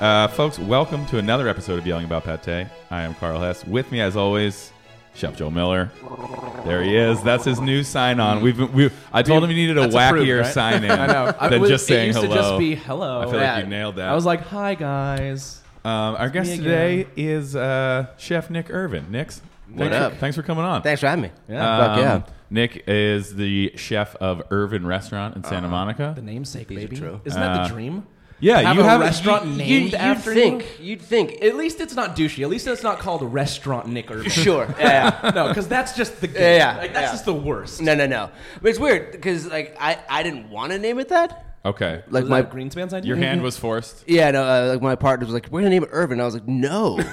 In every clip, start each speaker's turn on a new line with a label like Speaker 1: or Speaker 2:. Speaker 1: Uh, folks, welcome to another episode of Yelling About Pate. I am Carl Hess. With me, as always, Chef Joe Miller. There he is. That's his new sign on. We've been, we, I told him he needed a
Speaker 2: That's approved,
Speaker 1: wackier
Speaker 2: right?
Speaker 1: sign in
Speaker 2: I know. I
Speaker 1: than
Speaker 2: was-
Speaker 1: just saying
Speaker 2: it used
Speaker 1: hello.
Speaker 2: To just be hello.
Speaker 1: I feel like
Speaker 2: Yeah.
Speaker 1: you nailed that.
Speaker 2: I was like, "Hi guys."
Speaker 1: um, our guest
Speaker 2: again.
Speaker 1: today is uh, Chef Nick Irvin. Nick's,
Speaker 3: What
Speaker 1: thanks,
Speaker 3: up?
Speaker 1: For, thanks for coming on.
Speaker 3: Thanks for having me.
Speaker 2: Yeah.
Speaker 3: Fuck
Speaker 1: Um,
Speaker 3: yeah.
Speaker 1: Nick is the chef of Irvin Restaurant in
Speaker 2: Uh-huh.
Speaker 1: Santa Monica.
Speaker 2: The namesake,
Speaker 3: These are
Speaker 2: baby.
Speaker 3: true.
Speaker 2: Isn't that
Speaker 1: Uh,
Speaker 2: the dream?
Speaker 1: yeah,
Speaker 2: have
Speaker 1: you
Speaker 2: a
Speaker 1: have
Speaker 2: restaurant
Speaker 1: you-
Speaker 2: named
Speaker 3: You, would
Speaker 2: after
Speaker 3: think.
Speaker 2: you?
Speaker 3: You'd think.
Speaker 2: At least it's not douchey. At least it's not called Restaurant Nick Irvin.
Speaker 3: sure. Yeah.
Speaker 2: no, because that's just the game.
Speaker 3: Yeah, yeah,
Speaker 2: like, that's
Speaker 3: yeah.
Speaker 2: just the worst.
Speaker 3: no, no, no. But it's weird because like I, I didn't want to name it that.
Speaker 1: Okay,
Speaker 3: Like mm-hmm.
Speaker 2: Was
Speaker 3: my
Speaker 2: that Greenspan's idea. Mhm.
Speaker 1: your hand was forced.
Speaker 3: yeah, no. Uh, like my partner was like, "We're gonna name it Irvin." I was like, "No."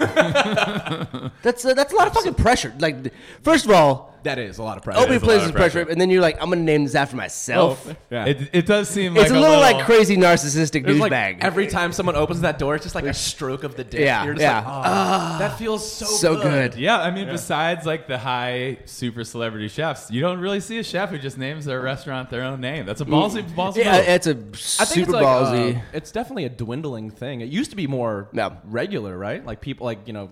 Speaker 3: that's uh, that's a lot of fucking pressure. Like, first of all,
Speaker 2: That is a lot of pressure.
Speaker 3: opening
Speaker 1: a lot
Speaker 3: places
Speaker 1: of
Speaker 3: is pressure,
Speaker 1: pressure.
Speaker 3: and then you're like, "I'm gonna name this after myself."
Speaker 2: Yeah.
Speaker 1: It, it does seem like
Speaker 3: it's a little, like crazy narcissistic
Speaker 2: It's
Speaker 3: douchebag.
Speaker 2: like every time someone opens that door, it's just like a stroke of the dick.
Speaker 3: Yeah,
Speaker 2: You're just
Speaker 3: yeah.
Speaker 2: like, oh, that feels so
Speaker 3: so good.
Speaker 1: Yeah, I mean, besides like the high super celebrity chefs, you don't really see a chef who just names their restaurant their own name. That's a ballsy, ballsy
Speaker 3: Yeah,
Speaker 1: move.
Speaker 3: it's a
Speaker 2: I think
Speaker 3: super
Speaker 2: it's like,
Speaker 3: ballsy.
Speaker 2: uh, it's definitely a dwindling thing. It used to be more
Speaker 3: No.
Speaker 2: regular, right? Like people, like you know,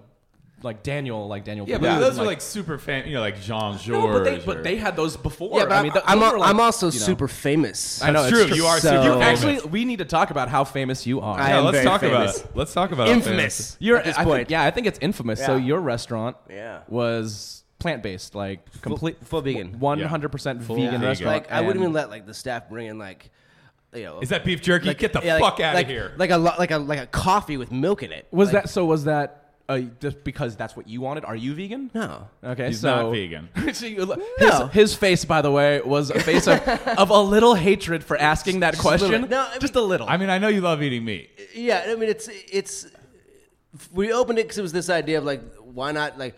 Speaker 2: like Daniel, like Daniel.
Speaker 1: yeah, but
Speaker 2: Boone,
Speaker 1: those were like super fan, you know, like Jean
Speaker 2: no,
Speaker 1: Georges.
Speaker 2: but they, but they had those before.
Speaker 3: yeah, but
Speaker 2: I mean, th-
Speaker 3: I'm,
Speaker 2: those
Speaker 3: al-
Speaker 2: were, like,
Speaker 3: I'm also
Speaker 2: you know-
Speaker 3: super famous.
Speaker 2: I know
Speaker 1: It's
Speaker 2: it's
Speaker 1: true,
Speaker 2: true.
Speaker 1: you are
Speaker 3: So-
Speaker 1: super
Speaker 3: You
Speaker 1: famous.
Speaker 2: Actually, we need to talk about how famous you are.
Speaker 3: I
Speaker 1: yeah,
Speaker 3: am
Speaker 1: let's
Speaker 3: very
Speaker 1: talk
Speaker 3: famous.
Speaker 1: about it. Let's talk about
Speaker 3: Infamous.
Speaker 1: Famous.
Speaker 2: You're
Speaker 3: at this
Speaker 2: I think-
Speaker 3: point.
Speaker 2: yeah, I think it's infamous. So
Speaker 3: Yeah.
Speaker 2: your restaurant,
Speaker 3: Yeah.
Speaker 2: was plant based, like complete
Speaker 3: full vegan.
Speaker 2: one hundred percent
Speaker 1: Full
Speaker 2: vegan
Speaker 1: vegan.
Speaker 2: restaurant.
Speaker 3: Like I wouldn't
Speaker 2: and-
Speaker 3: even let like the staff bring in like, you know,
Speaker 1: Is that beef jerky? Get the
Speaker 3: yeah, like-
Speaker 1: fuck out
Speaker 3: like-
Speaker 1: of here.
Speaker 3: Like a lo- like a like a coffee with milk in it.
Speaker 2: Was
Speaker 3: Like,
Speaker 2: that so? Was that uh, just because that's what you wanted? Are you vegan?
Speaker 3: no?
Speaker 2: Okay,
Speaker 1: He's
Speaker 2: so
Speaker 1: not vegan.
Speaker 2: So you look-
Speaker 3: No.
Speaker 2: his, his face, by the way, was a face of, of a little hatred for asking that
Speaker 3: Just a little
Speaker 2: question.
Speaker 3: bit. No, I
Speaker 2: just a
Speaker 3: mean-
Speaker 2: little.
Speaker 1: I mean, I know you love eating meat.
Speaker 3: Yeah, I mean it's it's we opened it because it was this idea of like why not like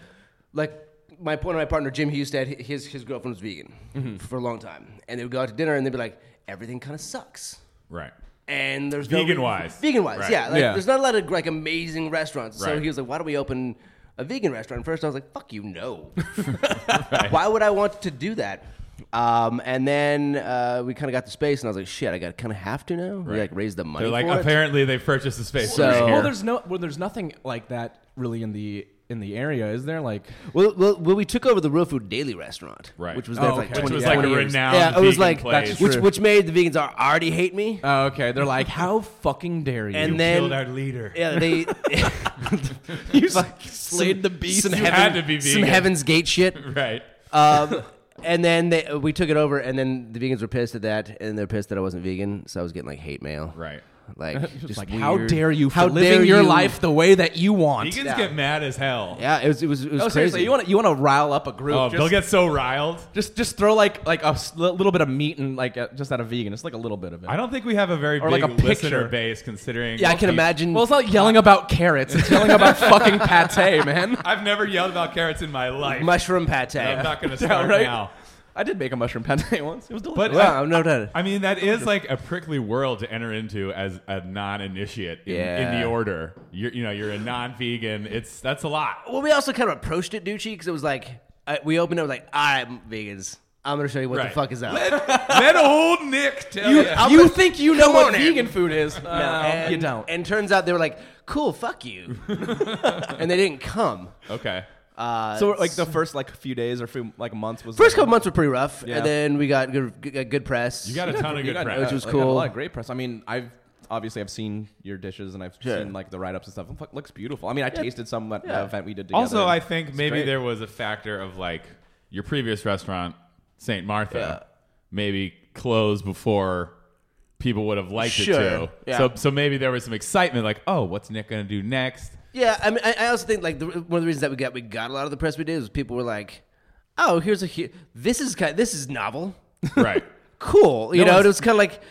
Speaker 3: like my one of my partner Jim Hustad hi- his his girlfriend was vegan for a long time and they would go out to dinner and they'd be like everything kind of sucks.
Speaker 1: Right.
Speaker 3: and there's
Speaker 1: Vegan-wise.
Speaker 3: vegan wise,
Speaker 1: Right.
Speaker 3: yeah, like,
Speaker 2: Yeah.
Speaker 3: There's not a lot of like amazing restaurants, so
Speaker 1: Right.
Speaker 3: he was like, "Why don't we open a vegan restaurant?" First, I was like, "Fuck you, no. Why would I want to do that?" Um, and then uh, we kind of got the space, and I was like, "Shit, I got kind of have to now." We
Speaker 1: Right.
Speaker 3: like raise the money.
Speaker 1: They're like,
Speaker 3: for it.
Speaker 1: apparently they purchased the space.
Speaker 3: So-
Speaker 1: over here.
Speaker 2: well, there's no, well, there's nothing like that really in the in the area, is there? Like,
Speaker 3: Well, well, well, we took over the Real Food Daily restaurant,
Speaker 1: Right.
Speaker 3: Which was there
Speaker 2: Oh,
Speaker 3: for like
Speaker 2: okay.
Speaker 3: 20,
Speaker 2: Which was like a
Speaker 3: 20 years.
Speaker 1: renowned
Speaker 3: Yeah, it was
Speaker 1: vegan
Speaker 3: like
Speaker 1: place.
Speaker 2: That's
Speaker 3: which
Speaker 2: true.
Speaker 3: which made the vegans are already hate me,
Speaker 2: oh, okay, they're like, how fucking dare you?
Speaker 3: and
Speaker 1: Killed
Speaker 3: then
Speaker 1: our leader.
Speaker 3: yeah, they
Speaker 2: you slayed the beast.
Speaker 3: some
Speaker 1: You
Speaker 3: heaven,
Speaker 1: had to be
Speaker 3: some
Speaker 1: vegan.
Speaker 3: Heaven's Gate shit.
Speaker 1: Right.
Speaker 3: Um, and then they, we took it over, and then the vegans were pissed at that, and they're pissed that I wasn't vegan, so I was getting like hate mail.
Speaker 1: Right.
Speaker 3: Like,
Speaker 2: Just
Speaker 3: just
Speaker 2: like, how
Speaker 3: weird.
Speaker 2: dare you for
Speaker 3: How dare
Speaker 2: living your
Speaker 3: you.
Speaker 2: life the way that you want?
Speaker 1: Vegans
Speaker 3: Yeah.
Speaker 1: get mad as hell.
Speaker 3: Yeah, it was it was it was
Speaker 2: Oh,
Speaker 3: crazy.
Speaker 2: seriously, you want to you want to rile up a group?
Speaker 1: Oh,
Speaker 2: just,
Speaker 1: they'll get so riled.
Speaker 2: just just throw like like a s- li- little bit of meat and like uh, just at a vegan. It's like a little bit of it.
Speaker 1: I don't think we have a very
Speaker 2: Or
Speaker 1: big
Speaker 2: like a
Speaker 1: listener
Speaker 2: picture.
Speaker 1: base considering.
Speaker 3: yeah, I can
Speaker 1: Keith-
Speaker 3: imagine.
Speaker 2: Well, it's not yelling about carrots. It's yelling about fucking pate, man.
Speaker 1: I've never yelled about carrots in my life.
Speaker 3: mushroom pate.
Speaker 1: I'm not going to start
Speaker 2: right?
Speaker 1: now.
Speaker 2: I did make a mushroom pate once. It was delicious.
Speaker 1: But
Speaker 3: Wow, I'm not done.
Speaker 1: I, I mean, that is like a prickly world to enter into as a non-initiate in, in
Speaker 3: Yeah.
Speaker 1: the order. You're, you know, you're a non-vegan. It's that's a lot.
Speaker 3: Well, we also kind of approached it douchey because it was like I, we opened it we're like, all right, vegans, I'm gonna show you what
Speaker 1: Right.
Speaker 3: the fuck is up.
Speaker 1: Let old Nick tell
Speaker 2: you,
Speaker 1: you.
Speaker 2: you think you know
Speaker 3: come
Speaker 2: what
Speaker 3: on in.
Speaker 2: vegan food is? No,
Speaker 3: and,
Speaker 2: you don't.
Speaker 3: And turns out they were like, cool, fuck you, and they didn't come.
Speaker 1: Okay.
Speaker 3: Uh,
Speaker 2: so like the first like few days or few like months was
Speaker 3: first
Speaker 2: like,
Speaker 3: couple months were pretty rough,
Speaker 2: Yeah.
Speaker 3: and then we got good good, good press.
Speaker 1: You got a ton of
Speaker 2: you
Speaker 1: good
Speaker 2: got-
Speaker 1: press.
Speaker 3: Which was
Speaker 2: you got A
Speaker 3: cool.
Speaker 2: lot of great press. I mean, I've obviously I've seen your dishes and I've
Speaker 3: Sure.
Speaker 2: seen like the write ups and stuff. It fuck- looks beautiful. I mean, I tasted some at the
Speaker 3: Yeah.
Speaker 2: event we did together.
Speaker 1: also, I think maybe
Speaker 2: great.
Speaker 1: there was a factor of like your previous restaurant, St. Martha, maybe closed before people would have liked
Speaker 3: Sure,
Speaker 1: it to.
Speaker 3: yeah.
Speaker 1: So, so maybe there was some excitement, like, oh, what's Nick going to do next?
Speaker 3: Yeah, I mean, I, I also think like the, one of the reasons that we got we got a lot of the press we did was people were like, "Oh, here's a hu- this is kind this is novel,
Speaker 1: Right.
Speaker 3: cool," you
Speaker 1: No
Speaker 3: know.
Speaker 1: one's-
Speaker 3: It was kind of like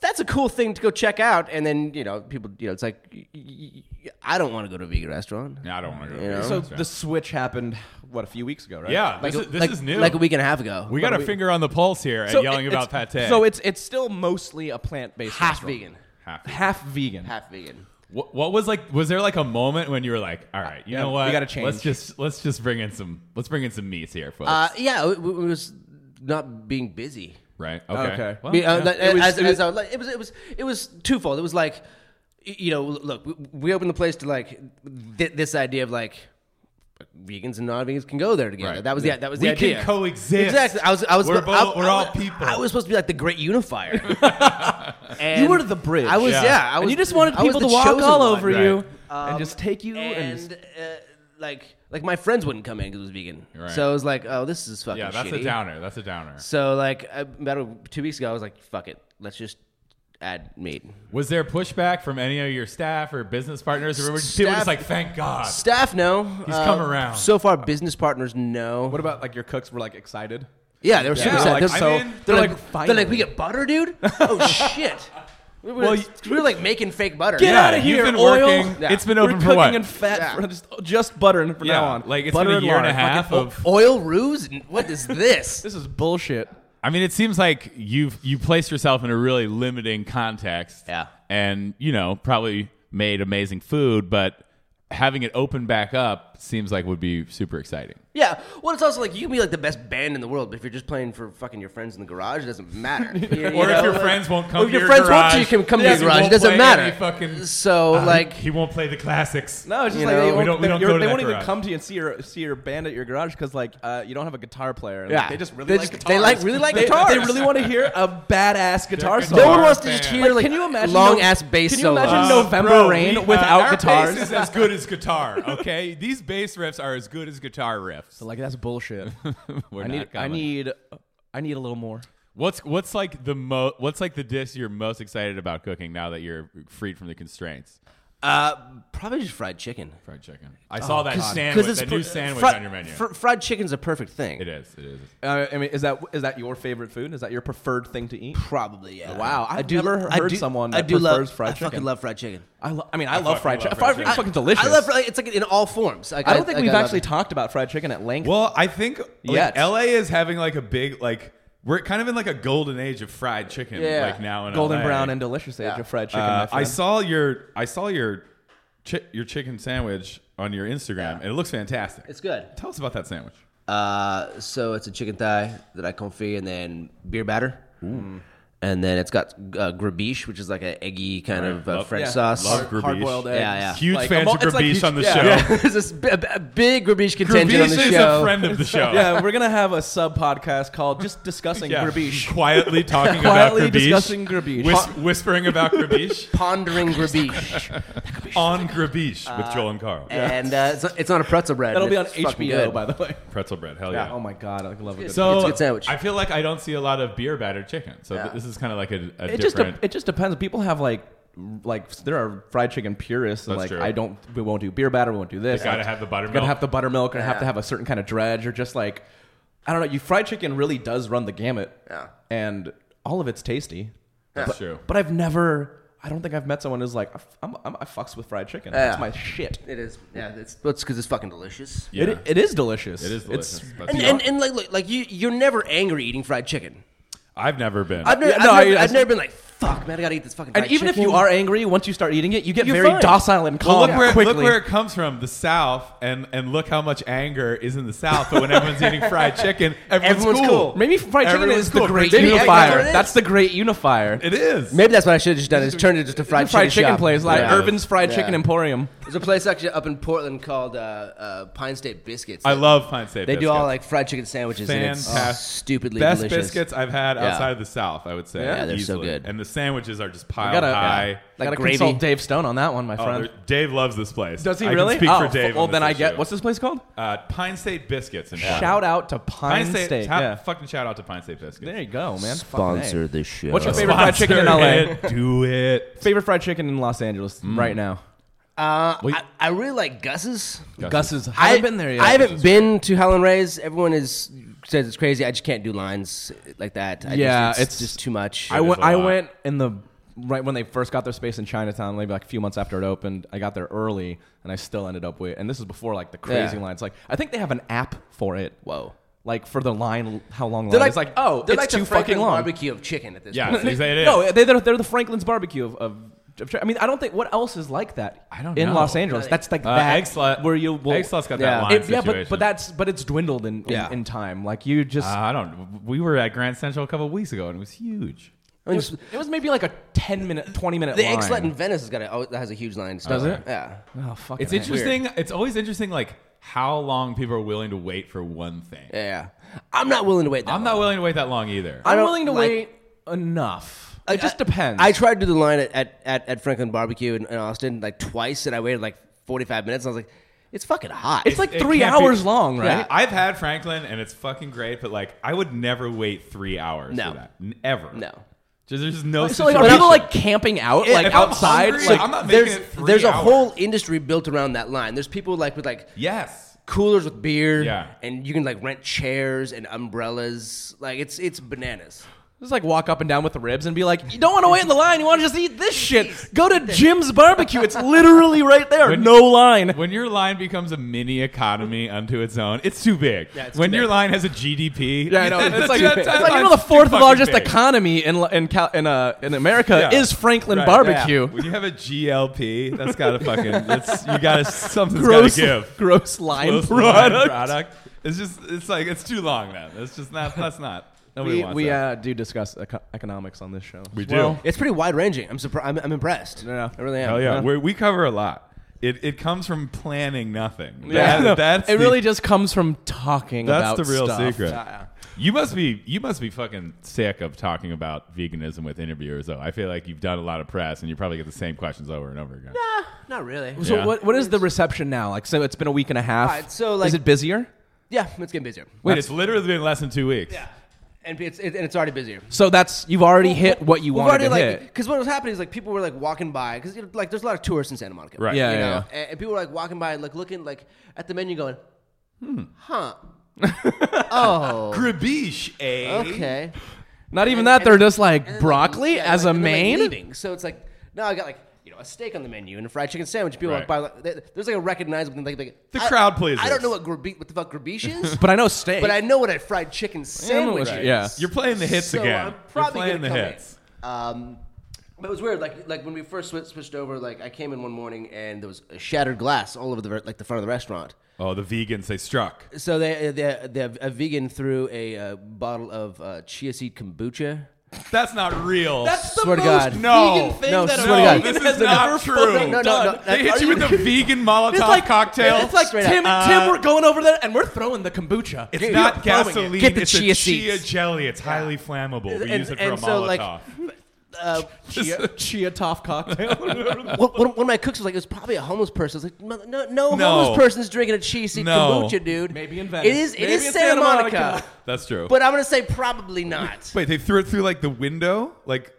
Speaker 3: that's a cool thing to go check out, and then you know people, you know, it's like y- y- y- I don't want to go to a vegan restaurant.
Speaker 1: No, I don't want to go.
Speaker 3: You
Speaker 1: to
Speaker 3: know?
Speaker 1: a
Speaker 2: so
Speaker 1: restaurant.
Speaker 2: the switch happened what a few weeks ago, right?
Speaker 1: yeah,
Speaker 3: Like
Speaker 1: this,
Speaker 3: a-
Speaker 1: is, this
Speaker 3: like-
Speaker 1: is new.
Speaker 3: Like a week and a half ago,
Speaker 1: we got our finger on the pulse here and yelling
Speaker 2: it-
Speaker 1: about
Speaker 2: it's-
Speaker 1: pate.
Speaker 2: So it's it's still mostly a plant based
Speaker 3: half vegan,
Speaker 1: Half.
Speaker 2: half vegan.
Speaker 3: half vegan.
Speaker 1: What, what was like? Was there like a moment when you were like, "All right, you
Speaker 2: Yeah,
Speaker 1: know
Speaker 2: we
Speaker 1: what?
Speaker 2: gotta change."
Speaker 1: Let's just let's just bring in some let's bring in some meats here, folks.
Speaker 3: Uh, yeah, it, it was not being busy.
Speaker 1: right? Okay.
Speaker 2: okay.
Speaker 1: Well,
Speaker 3: Be- uh,
Speaker 1: yeah.
Speaker 3: like,
Speaker 2: It was-
Speaker 3: as-
Speaker 2: it was-
Speaker 3: as I was like- it was it was it was twofold. It was like y- you know, look, we, we opened the place to like th- this idea of like vegans and non-vegans can go there together.
Speaker 1: Right.
Speaker 3: That was the that was
Speaker 1: We
Speaker 3: the
Speaker 1: can
Speaker 3: idea.
Speaker 1: coexist.
Speaker 3: Exactly. I was I was
Speaker 1: We're
Speaker 3: I-
Speaker 1: both-
Speaker 3: I-
Speaker 1: we're all
Speaker 3: I-
Speaker 1: people.
Speaker 3: I was supposed to be like the great unifier. And
Speaker 2: You were the bridge.
Speaker 3: I was
Speaker 1: Yeah.
Speaker 3: yeah. I
Speaker 2: And
Speaker 3: was,
Speaker 2: you just wanted
Speaker 3: I was
Speaker 2: people to
Speaker 3: the
Speaker 2: walk
Speaker 3: chosen
Speaker 2: all
Speaker 3: one.
Speaker 2: over you
Speaker 1: Right.
Speaker 2: and just take you and,
Speaker 3: and uh, like like my friends wouldn't come in because it was vegan.
Speaker 1: Right.
Speaker 3: So I was like, oh, this is fucking.
Speaker 1: Yeah, that's
Speaker 3: shitty.
Speaker 1: a downer. That's a downer.
Speaker 3: So like about a, two weeks ago, I was like, fuck it, let's just add meat.
Speaker 1: Was there pushback from any of your staff or business partners? Or were
Speaker 3: S-
Speaker 1: people
Speaker 3: staff-
Speaker 1: just like, thank God?
Speaker 3: Staff, no. Um,
Speaker 1: He's come around.
Speaker 3: So far, business partners, no.
Speaker 2: what about like your cooks were like excited?
Speaker 3: yeah, they were
Speaker 1: Yeah,
Speaker 3: super sad.
Speaker 1: like,
Speaker 3: they're,
Speaker 1: I
Speaker 3: so,
Speaker 1: mean,
Speaker 3: they're,
Speaker 2: they're
Speaker 3: like,
Speaker 2: like,
Speaker 3: they're
Speaker 2: finally.
Speaker 3: like, we get butter, dude. Oh shit. We were,
Speaker 2: Well,
Speaker 3: like, we were like making fake butter.
Speaker 2: Get
Speaker 1: yeah,
Speaker 2: outta
Speaker 1: you've
Speaker 2: here,
Speaker 1: been
Speaker 2: oil.
Speaker 1: working.
Speaker 3: Yeah.
Speaker 1: It's been
Speaker 2: We're
Speaker 1: open
Speaker 2: cooking
Speaker 1: for what?
Speaker 2: in fat
Speaker 3: Yeah.
Speaker 2: for just just butter from
Speaker 1: Yeah,
Speaker 2: now on.
Speaker 1: like, it's
Speaker 2: butter
Speaker 1: been a
Speaker 2: and
Speaker 1: year and a
Speaker 2: lard.
Speaker 1: half
Speaker 2: Fucking-
Speaker 1: of-
Speaker 3: Oil ruse? What is this?
Speaker 2: this is bullshit.
Speaker 1: I mean, it seems like you've you placed yourself in a really limiting context.
Speaker 3: Yeah.
Speaker 1: And, you know, probably made amazing food, but having it open back up seems like would be super exciting.
Speaker 3: Yeah. Well, it's also like you can be like the best band in the world, but if you're just playing for fucking your friends in the garage, it doesn't matter. You- you
Speaker 1: Or if
Speaker 3: know,
Speaker 1: your
Speaker 3: like-
Speaker 1: friends won't
Speaker 3: or
Speaker 1: come
Speaker 3: if
Speaker 1: to
Speaker 3: your
Speaker 1: your
Speaker 3: friends won't,
Speaker 1: garage,
Speaker 3: you can come to
Speaker 1: yeah,
Speaker 3: your
Speaker 1: he
Speaker 3: garage. It
Speaker 1: won't
Speaker 3: doesn't
Speaker 1: play
Speaker 3: matter.
Speaker 1: any fucking-
Speaker 3: so
Speaker 1: Uh,
Speaker 3: like,
Speaker 1: he won't play the classics.
Speaker 2: No, it's just
Speaker 3: You
Speaker 2: like
Speaker 3: know?
Speaker 2: they
Speaker 3: We
Speaker 2: won't,
Speaker 1: don't- we
Speaker 2: they-
Speaker 1: don't
Speaker 2: you're-
Speaker 1: go to
Speaker 2: they
Speaker 1: that
Speaker 2: won't even
Speaker 1: garage.
Speaker 2: come to you and see your see your band at your garage because like uh, you don't have a guitar player. Like,
Speaker 3: Yeah.
Speaker 2: they just really
Speaker 3: They
Speaker 2: like
Speaker 3: just-
Speaker 2: guitars.
Speaker 3: they like- really like
Speaker 2: They-
Speaker 3: guitars.
Speaker 2: They really want to hear a badass guitar
Speaker 1: Their
Speaker 2: solo.
Speaker 3: no one
Speaker 1: guitar
Speaker 3: wants to just
Speaker 1: band.
Speaker 3: hear
Speaker 2: Like,
Speaker 3: like,
Speaker 2: can you imagine
Speaker 3: long
Speaker 2: no-
Speaker 3: ass bass
Speaker 2: can you
Speaker 1: Uh,
Speaker 3: solos.
Speaker 2: imagine no- November Rain without guitars.
Speaker 1: Our bass is as good as guitar. Okay, these bass riffs are as good as guitar riffs.
Speaker 2: like that's bullshit.
Speaker 1: We're
Speaker 2: I
Speaker 1: not
Speaker 2: need I
Speaker 1: coming.
Speaker 2: need I need a little more.
Speaker 1: What's what's like the mo- What's like the dish you're most excited about cooking now that you're freed from the constraints?
Speaker 3: uh, probably just fried chicken.
Speaker 1: Fried chicken. I
Speaker 2: Oh,
Speaker 1: saw that sandwich.
Speaker 3: Because it's
Speaker 1: That
Speaker 3: pr-
Speaker 1: new sandwich
Speaker 3: fri-
Speaker 1: on your menu.
Speaker 3: fr- fried chicken's a perfect thing.
Speaker 1: it is. It is.
Speaker 2: Uh, I mean, is that is that your favorite food? Is that your preferred thing to eat?
Speaker 3: Probably, yeah.
Speaker 2: Wow, I've never heard someone that
Speaker 3: love
Speaker 2: prefers fried
Speaker 3: I fucking
Speaker 2: chicken.
Speaker 3: love fried chicken.
Speaker 2: I, lo- I mean, I,
Speaker 1: fucking
Speaker 2: love fried
Speaker 1: love fried
Speaker 2: chicken. Fried chicken's
Speaker 1: chicken.
Speaker 2: fucking delicious.
Speaker 3: I love fried, it's like in all forms. Like,
Speaker 2: I don't think
Speaker 3: like,
Speaker 2: we've
Speaker 3: I love
Speaker 2: actually
Speaker 3: it.
Speaker 2: talked about fried chicken at length.
Speaker 1: Well, I think like,
Speaker 2: Yet.
Speaker 1: LA is having like a big like we're kind of in like a golden age of fried chicken.
Speaker 3: Yeah.
Speaker 1: Like now in
Speaker 2: golden
Speaker 1: LA.
Speaker 2: brown and delicious age
Speaker 3: Yeah.
Speaker 2: of fried chicken.
Speaker 1: Uh,
Speaker 2: my
Speaker 1: I
Speaker 2: friend.
Speaker 1: saw your I saw your chi- your chicken sandwich on your Instagram, and it looks fantastic.
Speaker 3: It's good.
Speaker 1: Tell us about that sandwich.
Speaker 3: Uh, so it's a chicken thigh that I confit, and then beer batter,
Speaker 2: Hmm.
Speaker 3: and then it's got uh, grabiche, which is like an eggy kind
Speaker 1: Right.
Speaker 3: of uh,
Speaker 1: Love-
Speaker 3: French
Speaker 2: Yeah.
Speaker 3: sauce.
Speaker 1: Love gr-
Speaker 2: hard boiled
Speaker 1: Grabiche.
Speaker 2: eggs.
Speaker 3: Yeah, yeah.
Speaker 1: Huge
Speaker 2: Like,
Speaker 1: fans
Speaker 2: amo-
Speaker 1: of
Speaker 2: it's like
Speaker 1: Grabiche
Speaker 2: huge-
Speaker 1: on the
Speaker 2: yeah.
Speaker 1: show.
Speaker 2: Yeah.
Speaker 3: There's this b- b- big grabiche contingent on
Speaker 1: Grabiche
Speaker 3: the
Speaker 1: is
Speaker 3: show.
Speaker 1: a friend of the show.
Speaker 2: Yeah, we're gonna have a sub podcast called "Just Discussing
Speaker 1: Yeah.
Speaker 2: Grabiche."
Speaker 1: Quietly talking
Speaker 2: Quietly
Speaker 1: about Grabiche.
Speaker 2: discussing Grabiche.
Speaker 1: Whis- whispering about Grabiche
Speaker 3: Pondering grabiche,
Speaker 1: on Grabiche with Joel and Carl.
Speaker 3: and uh, it's, it's on a pretzel bread.
Speaker 2: That'll
Speaker 3: and
Speaker 2: be on
Speaker 3: it's fucking
Speaker 2: HBO,
Speaker 3: good.
Speaker 2: by the way.
Speaker 1: Pretzel bread. Hell yeah.
Speaker 2: Oh my god, I love it.
Speaker 1: so
Speaker 3: It's a good sandwich.
Speaker 1: I feel like I don't see a lot of beer battered chicken. So th- this is kind of like a, a
Speaker 2: it just
Speaker 1: different.
Speaker 2: de- it just depends. People have like like there are fried chicken purists and
Speaker 1: That's
Speaker 2: like
Speaker 1: true.
Speaker 2: I don't we won't do beer batter, we won't do this.
Speaker 1: gotta
Speaker 2: Like,
Speaker 1: have the buttermilk.
Speaker 2: Gotta have the buttermilk, or have
Speaker 3: Yeah.
Speaker 2: to have a certain kind of dredge, or just like I don't know. You fried chicken really does run the gamut.
Speaker 3: Yeah.
Speaker 2: and all of it's tasty.
Speaker 1: That's true.
Speaker 2: But I've never. I don't think I've met someone who's like "I f- I'm, I'm, I fucks with fried chicken.
Speaker 3: Yeah.
Speaker 2: That's my shit.
Speaker 3: It is, yeah. It's because it's fucking delicious.
Speaker 1: Yeah.
Speaker 2: It, it is delicious.
Speaker 1: it is delicious.
Speaker 2: It's,
Speaker 1: That's
Speaker 3: And,
Speaker 1: true.
Speaker 3: and, and like, look, like you, you're never angry eating fried chicken.
Speaker 1: I've never been.
Speaker 3: I've never,
Speaker 2: Yeah,
Speaker 3: I've,
Speaker 2: no,
Speaker 3: never,
Speaker 2: I- I-
Speaker 3: I've never been like, fuck, man, I gotta eat this fucking.
Speaker 2: and
Speaker 3: fried
Speaker 2: even if you
Speaker 3: chicken."
Speaker 2: are angry, once you start eating it, you get
Speaker 3: You're
Speaker 2: very
Speaker 3: fine.
Speaker 2: docile and
Speaker 1: Well,
Speaker 2: calm
Speaker 1: look where,
Speaker 2: quickly.
Speaker 1: look where it comes from, the South, and, and look how much anger is in the South. But when everyone's eating fried chicken, everyone's,
Speaker 3: Everyone's cool.
Speaker 2: Maybe fried chicken
Speaker 1: Everyone's
Speaker 2: is
Speaker 1: cool.
Speaker 2: the great
Speaker 1: Maybe-
Speaker 2: unifier.
Speaker 3: Yeah, yeah, it
Speaker 2: That's
Speaker 3: is.
Speaker 2: the great unifier.
Speaker 1: It is.
Speaker 3: Maybe that's what I should have just done is turned it just to fried,
Speaker 2: Fried, fried
Speaker 3: chicken
Speaker 2: chicken
Speaker 3: shop.
Speaker 2: place, like
Speaker 1: Yeah. Oh,
Speaker 2: Urban's Fried
Speaker 3: Yeah.
Speaker 2: Chicken Emporium.
Speaker 3: There's a place actually up in Portland called uh, uh, Pine State Biscuits.
Speaker 1: I love Pine State.
Speaker 3: they do all
Speaker 1: biscuits.
Speaker 3: like fried chicken sandwiches and it's
Speaker 1: Fantastic.
Speaker 3: stupidly
Speaker 1: best
Speaker 3: delicious.
Speaker 1: biscuits I've had
Speaker 3: Yeah.
Speaker 1: outside of the South. I would say,
Speaker 2: Yeah,
Speaker 3: they're so
Speaker 1: easily.
Speaker 3: good.
Speaker 1: And the sandwiches are just piled
Speaker 2: Gotta,
Speaker 1: high.
Speaker 3: Like
Speaker 2: gotta
Speaker 3: gravy.
Speaker 2: consult Dave Stone on that one, my
Speaker 1: Oh,
Speaker 2: friend.
Speaker 1: they're- Dave loves this place.
Speaker 2: Does he
Speaker 1: I can
Speaker 2: really?
Speaker 1: speak
Speaker 2: oh,
Speaker 1: for Dave.
Speaker 2: Well,
Speaker 1: on
Speaker 2: then
Speaker 1: this
Speaker 2: I get
Speaker 1: issue.
Speaker 2: what's this place called?
Speaker 1: uh, Pine State biscuits. In Portland.
Speaker 2: Shout out to Pine,
Speaker 1: Pine State.
Speaker 2: State.
Speaker 1: ha-
Speaker 2: yeah.
Speaker 1: Fucking shout out to Pine State biscuits. Uh,
Speaker 2: There you go, man. Fucking A.
Speaker 3: Sponsor the show.
Speaker 2: What's your favorite fried
Speaker 1: Sponsor
Speaker 2: chicken in LA?
Speaker 1: It, do it.
Speaker 2: Favorite fried chicken in Los Angeles
Speaker 1: Mm.
Speaker 2: right now?
Speaker 3: Uh,
Speaker 1: Wait.
Speaker 3: I, I really like Gus's.
Speaker 2: Gus's. Haven't
Speaker 3: I-
Speaker 2: been there yet.
Speaker 3: I haven't been to Helen Ray's. Everyone is says it's crazy. I just can't do lines like that. I
Speaker 2: Yeah,
Speaker 3: just, it's,
Speaker 2: it's-
Speaker 3: just too much.
Speaker 2: I
Speaker 1: It is
Speaker 2: went.
Speaker 1: a
Speaker 2: I
Speaker 1: lot.
Speaker 2: went in the right when they first got their space in Chinatown, maybe like a few months after it opened. I got there early, and I still ended up with. And this is before like the crazy
Speaker 3: Yeah.
Speaker 2: lines. Like I think they have an app for it.
Speaker 3: Whoa.
Speaker 2: Like for the line, how long?
Speaker 3: They're
Speaker 2: line. it's like oh,
Speaker 3: they're
Speaker 2: it's
Speaker 3: like
Speaker 2: too
Speaker 3: the
Speaker 2: fucking
Speaker 3: Franklin
Speaker 2: long.
Speaker 3: Barbecue of chicken at this.
Speaker 1: Yeah,
Speaker 3: point.
Speaker 1: they say it is.
Speaker 2: No, they, they're, they're the Franklin's barbecue of. of of- I mean, I don't think what else is like that.
Speaker 1: I don't
Speaker 2: in
Speaker 1: know.
Speaker 2: Los Angeles. That's like
Speaker 1: Uh,
Speaker 2: that
Speaker 1: egg slut.
Speaker 2: where you will,
Speaker 1: egg slut's got
Speaker 3: yeah.
Speaker 1: that line.
Speaker 2: It- yeah, but
Speaker 1: situation.
Speaker 2: but that's but it's dwindled in in,
Speaker 3: Yeah.
Speaker 2: in time. Like you just
Speaker 1: Uh, I don't. We were at Grand Central a couple of weeks ago, and it was huge.
Speaker 3: I mean,
Speaker 2: was, it was maybe like a 10 minute, 20 minute
Speaker 3: the
Speaker 2: line.
Speaker 3: egg slut in Venice has got a, oh, that has a huge line.
Speaker 2: Does it?
Speaker 3: Yeah.
Speaker 2: oh, fuck.
Speaker 1: It's interesting. It's always interesting, like how long people are willing to wait for one thing.
Speaker 3: Yeah. I'm not willing to wait. That
Speaker 1: I'm
Speaker 3: long.
Speaker 1: not willing to wait that long either.
Speaker 2: I'm
Speaker 3: don't
Speaker 2: willing to
Speaker 3: like-
Speaker 2: wait enough.
Speaker 3: I-
Speaker 2: it just
Speaker 3: I-
Speaker 2: depends.
Speaker 3: I tried to do the line at, at, at, at Franklin Barbecue in, in Austin like twice, and I waited like 45 minutes. And I was like, it's fucking hot.
Speaker 2: it's like
Speaker 1: it
Speaker 2: three
Speaker 1: can't be-
Speaker 2: hours long, right?
Speaker 1: Yeah, I've had Franklin and it's fucking great, but like I would never wait three hours
Speaker 3: No.
Speaker 1: for that. N- Ever.
Speaker 3: No.
Speaker 1: Just, there's just no
Speaker 2: So like, are
Speaker 1: situation.
Speaker 2: people like camping out, like
Speaker 1: if I'm
Speaker 2: outside?
Speaker 1: hungry,
Speaker 2: like,
Speaker 1: I'm not making
Speaker 3: there's
Speaker 1: it three
Speaker 3: there's a
Speaker 1: hours.
Speaker 3: whole industry built around that line. There's people like with like
Speaker 1: Yes.
Speaker 3: coolers with beer,
Speaker 1: Yeah.
Speaker 3: and you can like rent chairs and umbrellas. Like it's it's bananas.
Speaker 2: just like walk up and down with the ribs and be like, you don't want to wait in the line. You want to just eat this shit. Go to Jim's barbecue. It's literally right there.
Speaker 1: When-
Speaker 2: no line.
Speaker 1: When your line becomes a mini economy unto its own, it's too big.
Speaker 3: Yeah, it's too
Speaker 1: when your
Speaker 3: big.
Speaker 1: line's line has a GDP,
Speaker 2: Yeah, I know.
Speaker 1: that's-
Speaker 2: It's like,
Speaker 1: that's-
Speaker 2: it's
Speaker 1: that's
Speaker 2: like you
Speaker 1: line's
Speaker 2: know the
Speaker 1: too
Speaker 2: fourth
Speaker 1: fucking
Speaker 2: largest
Speaker 1: big.
Speaker 2: economy in in Cal- in uh, in America
Speaker 1: Yeah.
Speaker 2: is Franklin
Speaker 1: Right,
Speaker 2: Barbecue.
Speaker 1: yeah. When you have a GLP, that's got to fucking. That's, you got to something's got
Speaker 2: Gross,
Speaker 1: to give.
Speaker 2: gross line
Speaker 1: Close line
Speaker 2: product.
Speaker 1: product. It's just. It's like it's too long. Then it's just not. That's not. Nobody
Speaker 2: We,
Speaker 1: wants
Speaker 2: we
Speaker 1: that.
Speaker 2: uh, do discuss eco- economics on this show.
Speaker 1: we do.
Speaker 2: Well,
Speaker 3: It's pretty wide ranging. I'm surprised. I'm, I'm impressed.
Speaker 2: Yeah.
Speaker 3: I really am.
Speaker 1: Hell yeah, we we cover a lot. It it comes from planning nothing.
Speaker 2: yeah,
Speaker 1: That-
Speaker 2: no,
Speaker 1: that's
Speaker 2: it.
Speaker 1: the-
Speaker 2: really just comes from talking.
Speaker 1: That's
Speaker 2: about
Speaker 1: the real
Speaker 2: stuff.
Speaker 1: secret.
Speaker 2: Yeah.
Speaker 1: You must be you must be fucking sick of talking about veganism with interviewers though. I feel like you've done a lot of press and you probably get the same questions over and over again.
Speaker 3: Not really.
Speaker 2: So
Speaker 1: Yeah.
Speaker 2: what what is the reception now? Like, so it's been a week and a half.
Speaker 3: Alright, so, like-
Speaker 2: is it busier?
Speaker 3: Yeah, it's getting busier.
Speaker 1: Wait, it's literally been less than two weeks.
Speaker 3: Yeah, and it's it, and it's already busier.
Speaker 2: So that's you've already hit what you wanted to hit.
Speaker 3: Because what was happening is like people were like walking by because you know, like there's a lot of tourists in Santa Monica,
Speaker 1: Right.
Speaker 2: Yeah,
Speaker 3: You
Speaker 2: yeah,
Speaker 3: know,
Speaker 2: yeah.
Speaker 3: And, and people were like walking by, like looking like at the menu, going, hmm, huh, oh,
Speaker 1: Grabish, eh?
Speaker 3: okay.
Speaker 2: Not even
Speaker 3: And-
Speaker 2: that.
Speaker 3: and
Speaker 2: They're
Speaker 3: then-
Speaker 2: just like
Speaker 3: and then,
Speaker 2: broccoli
Speaker 3: yeah,
Speaker 2: as
Speaker 3: like,
Speaker 2: a
Speaker 3: and then, like,
Speaker 2: main.
Speaker 3: leaving. So it's like now I got like you know a steak on the menu and a fried chicken sandwich. People
Speaker 1: Right.
Speaker 3: walk by. Like, they- there's like a recognizable thing. Like, like,
Speaker 1: The
Speaker 3: I-
Speaker 1: crowd pleasers.
Speaker 3: I don't know what grabi- what the fuck grabiche is,
Speaker 2: but I know steak.
Speaker 3: but I know what a fried chicken
Speaker 2: know what-
Speaker 3: sandwich is.
Speaker 2: yeah.
Speaker 1: You're playing the hits
Speaker 3: So
Speaker 1: again. You're
Speaker 3: I'm probably
Speaker 1: playing the
Speaker 3: gonna come in.
Speaker 1: hits.
Speaker 3: Um, but it was weird. Like like when we first swi- switched over, like I came in one morning and there was a shattered glass all over the re- like the front of the restaurant.
Speaker 1: Oh, the vegans they struck.
Speaker 3: So they they, they a vegan threw a uh, bottle of uh, chia seed kombucha.
Speaker 1: That's not real.
Speaker 2: the
Speaker 3: Swear to God.
Speaker 1: no,
Speaker 3: No,
Speaker 1: no,
Speaker 3: swear to God.
Speaker 1: this is not true.
Speaker 3: No, no, no, no.
Speaker 1: They hit
Speaker 3: Are
Speaker 1: you with
Speaker 3: you-
Speaker 1: a vegan Molotov
Speaker 2: It's like
Speaker 1: cocktail.
Speaker 2: It's like
Speaker 3: Straight
Speaker 2: Tim.
Speaker 1: up.
Speaker 2: Tim,
Speaker 1: Uh,
Speaker 2: we're going over there and we're throwing the kombucha.
Speaker 1: It's not
Speaker 2: throwing it.
Speaker 1: gasoline.
Speaker 2: Get the
Speaker 1: it's
Speaker 2: chia
Speaker 1: a chia
Speaker 2: seeds.
Speaker 1: jelly. It's highly flammable. We
Speaker 3: And-
Speaker 1: use it for
Speaker 3: and
Speaker 1: a
Speaker 3: so,
Speaker 1: Molotov.
Speaker 3: like, Uh,
Speaker 2: chia, chia toff cocktail.
Speaker 3: one, one one of my cooks was like, "It was probably a homeless person." I was like, "No, no, no,
Speaker 1: No.
Speaker 3: homeless person's drinking a cheese seed
Speaker 1: No.
Speaker 3: kombucha, dude.
Speaker 2: Maybe in Venice.
Speaker 3: It is. It is
Speaker 2: Maybe in
Speaker 3: Santa,
Speaker 2: Santa
Speaker 3: Monica,
Speaker 2: Monica.
Speaker 1: That's true.
Speaker 3: but I'm gonna say probably not.
Speaker 1: Wait, they threw it through like the window? Like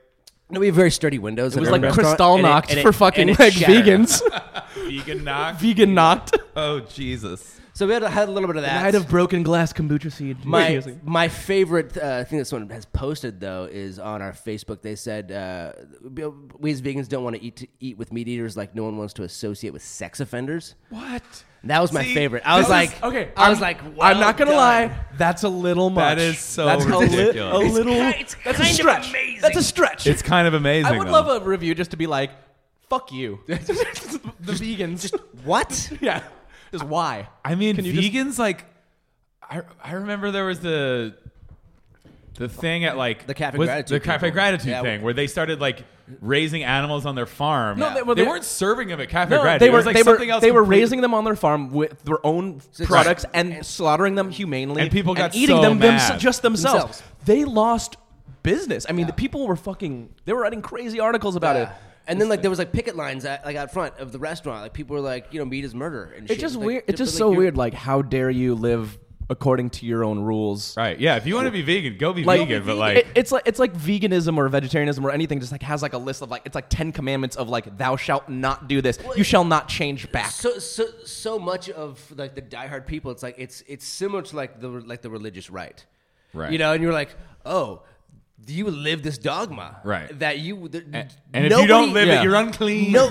Speaker 3: No, we have very sturdy windows. It
Speaker 2: was like
Speaker 3: crystal
Speaker 2: Kristallnacht for fucking like vegans.
Speaker 1: vegan knock?
Speaker 2: Vegan knocked.
Speaker 1: oh Jesus.
Speaker 3: So we had, had a little bit of that.
Speaker 2: Night of broken glass kombucha seed.
Speaker 3: My my favorite uh, thing that someone has posted though is on our Facebook. They said uh, we as vegans don't want to eat to eat with meat eaters like no one wants to associate with sex offenders.
Speaker 1: What?
Speaker 3: That was my
Speaker 1: See,
Speaker 3: favorite. I was
Speaker 1: this is-
Speaker 3: like,
Speaker 2: okay.
Speaker 3: I
Speaker 2: I'm-
Speaker 3: was like, well
Speaker 2: I'm not gonna
Speaker 3: done.
Speaker 2: lie. That's a little much.
Speaker 1: That is so
Speaker 2: That's a li-
Speaker 1: ridiculous.
Speaker 2: A,
Speaker 1: It's
Speaker 2: little.
Speaker 3: ki- it's
Speaker 2: that's
Speaker 3: kind
Speaker 2: a
Speaker 3: of
Speaker 2: stretch.
Speaker 3: amazing.
Speaker 2: That's a stretch.
Speaker 1: It's kind of amazing.
Speaker 2: I would
Speaker 1: though.
Speaker 2: love a review just to be like, "Fuck you," the vegans. Just
Speaker 3: What?
Speaker 2: yeah, just why?
Speaker 1: I mean,
Speaker 2: you
Speaker 1: vegans
Speaker 2: just-
Speaker 1: like, I I remember there was the the thing at like
Speaker 3: The Cafe
Speaker 1: was-
Speaker 3: Gratitude
Speaker 1: the cafe
Speaker 3: people.
Speaker 1: gratitude
Speaker 3: Yeah,
Speaker 1: thing where they started like raising animals on their farm.
Speaker 2: No, they- well,
Speaker 1: they,
Speaker 2: they-
Speaker 1: weren't serving them at cafe
Speaker 2: No,
Speaker 1: gratitude.
Speaker 2: they
Speaker 1: It
Speaker 2: were
Speaker 1: was, like,
Speaker 2: they were
Speaker 1: something else
Speaker 2: they were
Speaker 1: completely-
Speaker 2: raising them on their farm with their own
Speaker 3: it's-
Speaker 2: products
Speaker 3: Right.
Speaker 2: and,
Speaker 3: and-
Speaker 2: slaughtering them humanely
Speaker 1: And people got
Speaker 2: eating
Speaker 1: so
Speaker 2: them them-
Speaker 1: mad.
Speaker 2: just themselves.
Speaker 3: Themselves.
Speaker 2: They lost business. I mean, the people were fucking. They were writing crazy articles about
Speaker 3: Yeah.
Speaker 2: it.
Speaker 3: And then like there was like picket lines at, like out front of the restaurant. Like people were like, you know, meat is murder. And
Speaker 2: It's
Speaker 3: shit.
Speaker 2: just
Speaker 3: like,
Speaker 2: weird.
Speaker 3: but,
Speaker 2: It's just
Speaker 3: like,
Speaker 2: so
Speaker 3: you're-
Speaker 2: weird. Like, how dare you live according to your own rules?
Speaker 1: Right. Yeah. If you want to be vegan, go be
Speaker 2: like,
Speaker 1: vegan. But like,
Speaker 2: it- it's like it's like veganism or vegetarianism or anything just like has like a list of like it's like 10 commandments of like thou shalt not do this you shall not change back
Speaker 3: So so so much of like the diehard people. It's like it's it's similar to like the like the religious right.
Speaker 1: Right.
Speaker 3: You know, and you're like, oh. You live this dogma,
Speaker 1: Right.
Speaker 3: That you that
Speaker 1: and if you don't live
Speaker 2: yeah.
Speaker 1: it, you're unclean.
Speaker 3: no,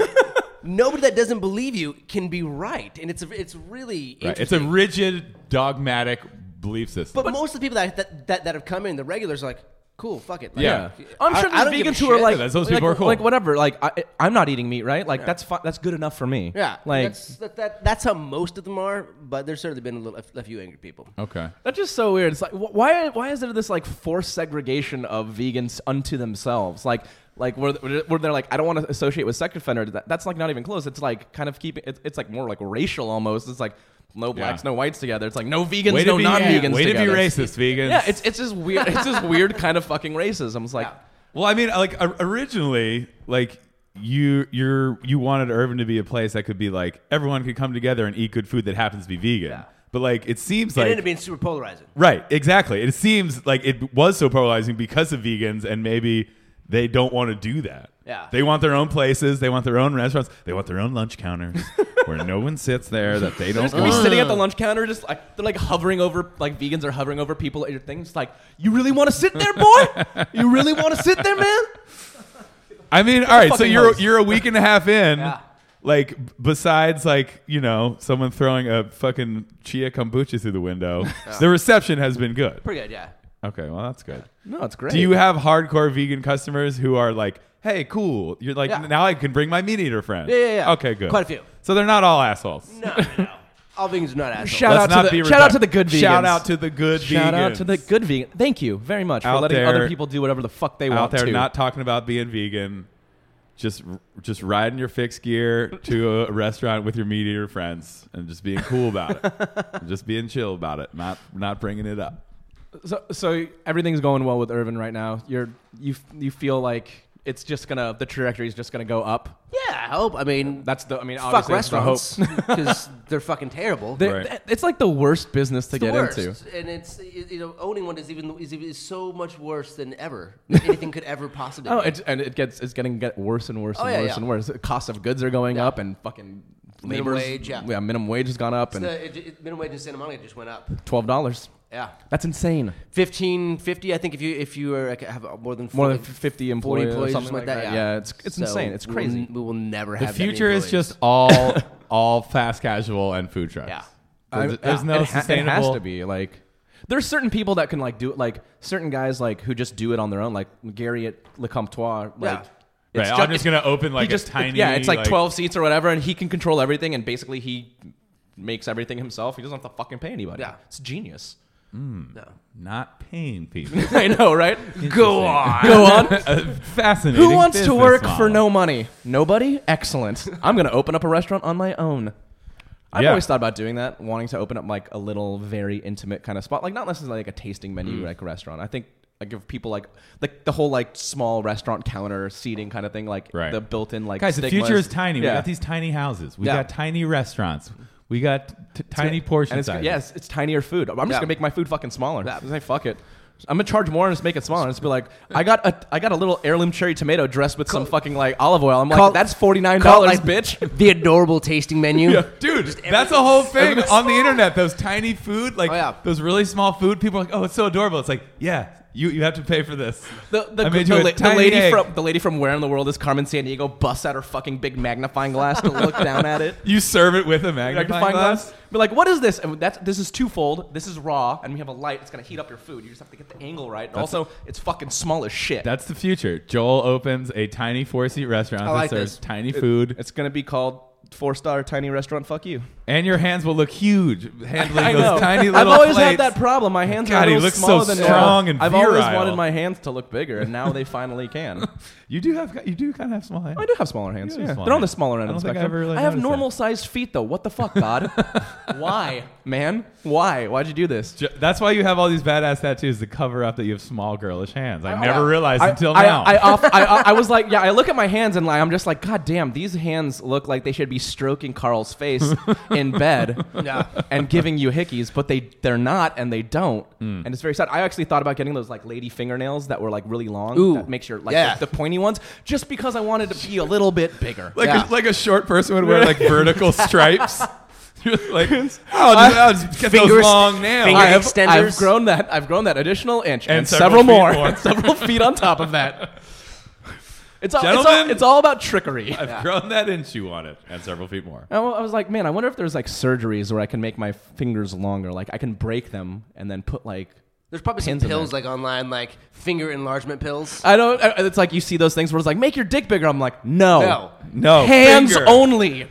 Speaker 3: nobody that doesn't believe you can be right, and it's it's really
Speaker 1: Right. It's
Speaker 3: interesting.
Speaker 1: a rigid dogmatic belief system.
Speaker 3: But, most of the people that, that that that have come in, the regulars, are like, cool, fuck it.
Speaker 1: Yeah.
Speaker 2: I'm
Speaker 3: I-
Speaker 2: sure there's
Speaker 3: I don't give a
Speaker 2: vegans who are
Speaker 3: shit.
Speaker 2: like,
Speaker 1: Yeah, those
Speaker 2: like-
Speaker 1: people are cool.
Speaker 2: like whatever. Like I, I'm not eating meat, right? Like that's fi- that's good enough for me.
Speaker 3: Yeah,
Speaker 2: like
Speaker 3: that's, that, that, that's how most of them are. But there's certainly been a, little, a few angry people.
Speaker 1: Okay.
Speaker 2: That's just so weird. It's like wh- why why is there this like forced segregation of vegans unto themselves? Like like where where they're like I don't want to associate with sex offenders. That, that's like not even close. It's like kind of keeping it's, it's like more like racial almost. It's like no blacks, no whites together. It's like no vegans,
Speaker 1: Way to
Speaker 2: no
Speaker 1: be,
Speaker 2: non-vegans
Speaker 1: way to be
Speaker 2: together.
Speaker 1: racist, vegans.
Speaker 2: Yeah, it's it's just weird. It's just weird kind of fucking racism. It's like
Speaker 1: Well, I mean, uh, like or- originally, like you you're you wanted Irvin to be a place that could be like everyone could come together and eat good food that happens to be vegan. But like it seems
Speaker 3: It
Speaker 1: like
Speaker 3: ended up being super polarizing.
Speaker 1: right, exactly. It seems like it was so polarizing because of vegans, and maybe they don't want to do that.
Speaker 3: Yeah.
Speaker 1: they want their own places, they want their own restaurants, they want their own lunch counters where no one sits there that they don't.
Speaker 2: They're just gonna
Speaker 1: want.
Speaker 2: be sitting at the lunch counter, just like they're like hovering over, like vegans are hovering over people at your thing. It's like, you really want to sit there, boy? You really want to sit there, man?
Speaker 1: I mean, all right. So
Speaker 2: fucking
Speaker 1: you're
Speaker 2: host.
Speaker 1: you're a week and a half in.
Speaker 3: Yeah.
Speaker 1: Like b- besides, like you know, someone throwing a fucking chia kombucha through the window, the reception has been good.
Speaker 3: Pretty good, yeah.
Speaker 1: Okay, well that's good.
Speaker 2: No, it's great.
Speaker 1: Do you have hardcore vegan customers who are like, "Hey, cool, you're like
Speaker 3: Yeah.
Speaker 1: now I can bring my meat eater friend"?
Speaker 3: Yeah, yeah, yeah.
Speaker 1: Okay, good.
Speaker 3: Quite a few.
Speaker 1: So they're not all assholes.
Speaker 3: No, no, no. All vegans are not assholes.
Speaker 2: Shout
Speaker 1: Let's
Speaker 2: out to
Speaker 1: not
Speaker 2: the-
Speaker 1: be
Speaker 2: shout out
Speaker 1: reduct-
Speaker 2: to the good
Speaker 1: Shout
Speaker 2: vegans.
Speaker 1: out to the good
Speaker 2: Shout out
Speaker 1: vegans.
Speaker 2: to the good vegan. Thank you very much for
Speaker 1: Out
Speaker 2: letting
Speaker 1: there-
Speaker 2: other people do whatever the fuck they
Speaker 1: out
Speaker 2: want
Speaker 1: there
Speaker 2: to.
Speaker 1: not talking about being vegan. Just, just riding your fixed gear to a restaurant with your meat eater friends and just being cool about it, just being chill about it, not not bringing it up.
Speaker 2: so, so everything's going well with Irvin right now. You're you f- you feel like it's just gonna the trajectory is just gonna go up.
Speaker 3: Yeah, I hope. I mean,
Speaker 2: That's the I mean
Speaker 3: fuck
Speaker 2: obviously that's the hope.
Speaker 3: restaurants because they're fucking terrible.
Speaker 2: They-
Speaker 1: Right.
Speaker 2: th- It's like the worst business to
Speaker 3: It's the
Speaker 2: get
Speaker 3: worst.
Speaker 2: into.
Speaker 3: and it's you you know owning one is even is, is so much worse than ever than anything could ever possibly.
Speaker 2: Oh,
Speaker 3: be.
Speaker 2: it's, and it gets it's getting get worse and worse
Speaker 3: Oh,
Speaker 2: and
Speaker 3: yeah,
Speaker 2: worse
Speaker 3: yeah.
Speaker 2: and worse. The cost of goods are going up, and fucking
Speaker 3: Minimum
Speaker 2: labor's-
Speaker 3: wage, yeah.
Speaker 2: minimum wage has gone up, and
Speaker 3: The- it- it- minimum wage in Santa Monica just went up.
Speaker 2: twelve dollars.
Speaker 3: Yeah,
Speaker 2: That's insane.
Speaker 3: fifteen fifty. I think if you if you are like, have more than
Speaker 2: More than
Speaker 3: 40
Speaker 2: fifty
Speaker 3: 40
Speaker 2: employees, or
Speaker 3: employees,
Speaker 2: something like that. Yeah, it's it's
Speaker 3: So
Speaker 2: insane. It's
Speaker 3: we'll-
Speaker 2: crazy.
Speaker 3: We will, never
Speaker 1: The
Speaker 3: have. that many
Speaker 1: future is
Speaker 3: employees.
Speaker 1: just all all fast casual and food trucks.
Speaker 3: Yeah.
Speaker 1: There's,
Speaker 2: I-
Speaker 1: there's
Speaker 2: yeah.
Speaker 1: no
Speaker 2: it, ha-
Speaker 1: sustainable.
Speaker 2: It has to be like there's certain people that can like do it, like certain guys like who just do it on their own, like Gary at Le Comptoir. Like,
Speaker 3: Yeah.
Speaker 1: Right, I'm
Speaker 2: it's ju-
Speaker 1: just
Speaker 2: it's-
Speaker 1: gonna open,
Speaker 2: he
Speaker 1: like, a
Speaker 2: just-
Speaker 1: tiny,
Speaker 2: Yeah, it's like,
Speaker 1: like-
Speaker 2: twelve seats or whatever, and he can control everything, and basically he makes everything himself. He doesn't have to fucking pay anybody.
Speaker 3: Yeah.
Speaker 2: it's genius.
Speaker 3: no.
Speaker 1: not paying people.
Speaker 2: I know, right?
Speaker 1: Go on.
Speaker 2: Go on.
Speaker 1: Fascinating.
Speaker 2: Who wants to
Speaker 1: business
Speaker 2: work for
Speaker 1: model.
Speaker 2: no money? Nobody? Excellent. I'm going to open up a restaurant on my own. I've
Speaker 1: Yeah.
Speaker 2: always thought about doing that, wanting to open up like a little very intimate kind of spot, like not necessarily like a tasting
Speaker 1: Mm.
Speaker 2: menu like a restaurant. I think like if people like like the whole like small restaurant counter seating kind of thing, like
Speaker 1: Right.
Speaker 2: the built-in like
Speaker 1: Guys, the future
Speaker 2: stigmas.
Speaker 1: is tiny.
Speaker 2: Yeah.
Speaker 1: We got these tiny houses. We
Speaker 2: Yeah.
Speaker 1: got tiny restaurants. We got t- tiny portion
Speaker 2: and it's,
Speaker 1: sizes.
Speaker 2: Yes, it's tinier food. I'm just
Speaker 3: Yeah.
Speaker 2: gonna make my food fucking smaller. Just say fuck it. I'm gonna charge more and just make it smaller. Just be like, I got a I got a little heirloom cherry tomato dressed with some fucking like olive oil. I'm
Speaker 3: Call-
Speaker 2: like, that's forty nine
Speaker 3: Call it,
Speaker 2: dollars,
Speaker 3: like,
Speaker 2: bitch.
Speaker 3: The adorable tasting menu.
Speaker 1: Dude, that's a whole thing on the internet. Those tiny food, like
Speaker 3: Oh, yeah.
Speaker 1: those really small food. People are like, oh, it's so adorable. It's like, yeah, you, you have to pay for this.
Speaker 2: The, the,
Speaker 1: I made
Speaker 2: the
Speaker 1: you a
Speaker 2: la- the
Speaker 1: tiny
Speaker 2: lady
Speaker 1: egg.
Speaker 2: from the lady from Where in the World is Carmen San Diego busts out her fucking big magnifying glass to look down at it.
Speaker 1: You serve it with a magnifying, glass.
Speaker 2: But like, what is this? And that's this is twofold. This is raw, and we have a light. It's gonna heat up your food. You just have to get the angle right. And also, it's fucking small as shit.
Speaker 1: That's the future. Joel opens a tiny four seat restaurant
Speaker 3: I like
Speaker 1: that serves
Speaker 3: this.
Speaker 1: tiny food,
Speaker 2: it's gonna be called Four Star Tiny Restaurant. Fuck you.
Speaker 1: and your hands will look huge handling those tiny
Speaker 2: I've
Speaker 1: little
Speaker 2: always
Speaker 1: plates.
Speaker 2: had that problem. My hands
Speaker 1: God,
Speaker 2: are a
Speaker 1: he
Speaker 2: little
Speaker 1: looks so
Speaker 2: smaller than
Speaker 1: strong
Speaker 2: normal.
Speaker 1: and
Speaker 2: I've always
Speaker 1: virile.
Speaker 2: wanted my hands to look bigger, and now they finally can.
Speaker 1: You do have you do kind of have small hands.
Speaker 2: I do have smaller hands.
Speaker 1: You do have
Speaker 2: yeah.
Speaker 1: smaller
Speaker 2: They're on the
Speaker 1: hands.
Speaker 2: smaller end
Speaker 1: I
Speaker 2: of
Speaker 1: don't
Speaker 2: the
Speaker 1: think I
Speaker 2: spectrum.
Speaker 1: ever really
Speaker 2: I have
Speaker 1: noticed that.
Speaker 2: normal sized feet, though. What the fuck, God? Why, man? Why? Why'd you do this?
Speaker 1: Ju- That's why you have all these badass tattoos to cover up that you have small girlish hands. I
Speaker 3: Oh,
Speaker 1: never
Speaker 3: yeah.
Speaker 1: realized
Speaker 2: I,
Speaker 1: until
Speaker 2: I,
Speaker 1: now.
Speaker 2: I, off, I, I, I was like, yeah, I look at my hands and like, I'm just like, God damn, these hands look like they should be stroking Carl's face in bed
Speaker 3: Yeah.
Speaker 2: and giving you hickeys, but they, they're not and they don't.
Speaker 1: Mm.
Speaker 2: And it's very sad. I actually thought about getting those like lady fingernails that were like really long.
Speaker 3: Ooh.
Speaker 2: That makes your, like
Speaker 3: Yeah.
Speaker 2: the, the pointy ones, just because I wanted to be a little bit bigger.
Speaker 1: like
Speaker 3: Yeah.
Speaker 1: a, like a short person would wear like vertical stripes. You're like I'll just, I'll just get those
Speaker 3: Fingers-
Speaker 1: long nails.
Speaker 3: finger
Speaker 1: I have-
Speaker 3: extenders.
Speaker 2: I've grown that. I've grown that additional inch and,
Speaker 1: And several
Speaker 2: several, more,
Speaker 1: feet more.
Speaker 2: several feet on top of that. It's all, it's all,
Speaker 1: Gentlemen.
Speaker 2: it's all about trickery.
Speaker 1: I've grown that inch you wanted, and several feet more.
Speaker 2: I wa- I was like, man, I wonder if there's like surgeries where I can make my fingers longer. Like I can break them and then put like
Speaker 3: There's probably some
Speaker 2: Pins in
Speaker 3: pills like online, like finger enlargement pills.
Speaker 2: I don't. I- It's like you see those things where it's like, make your dick bigger. I'm like, no,
Speaker 3: No.
Speaker 1: No,
Speaker 2: hands
Speaker 1: finger.
Speaker 2: only.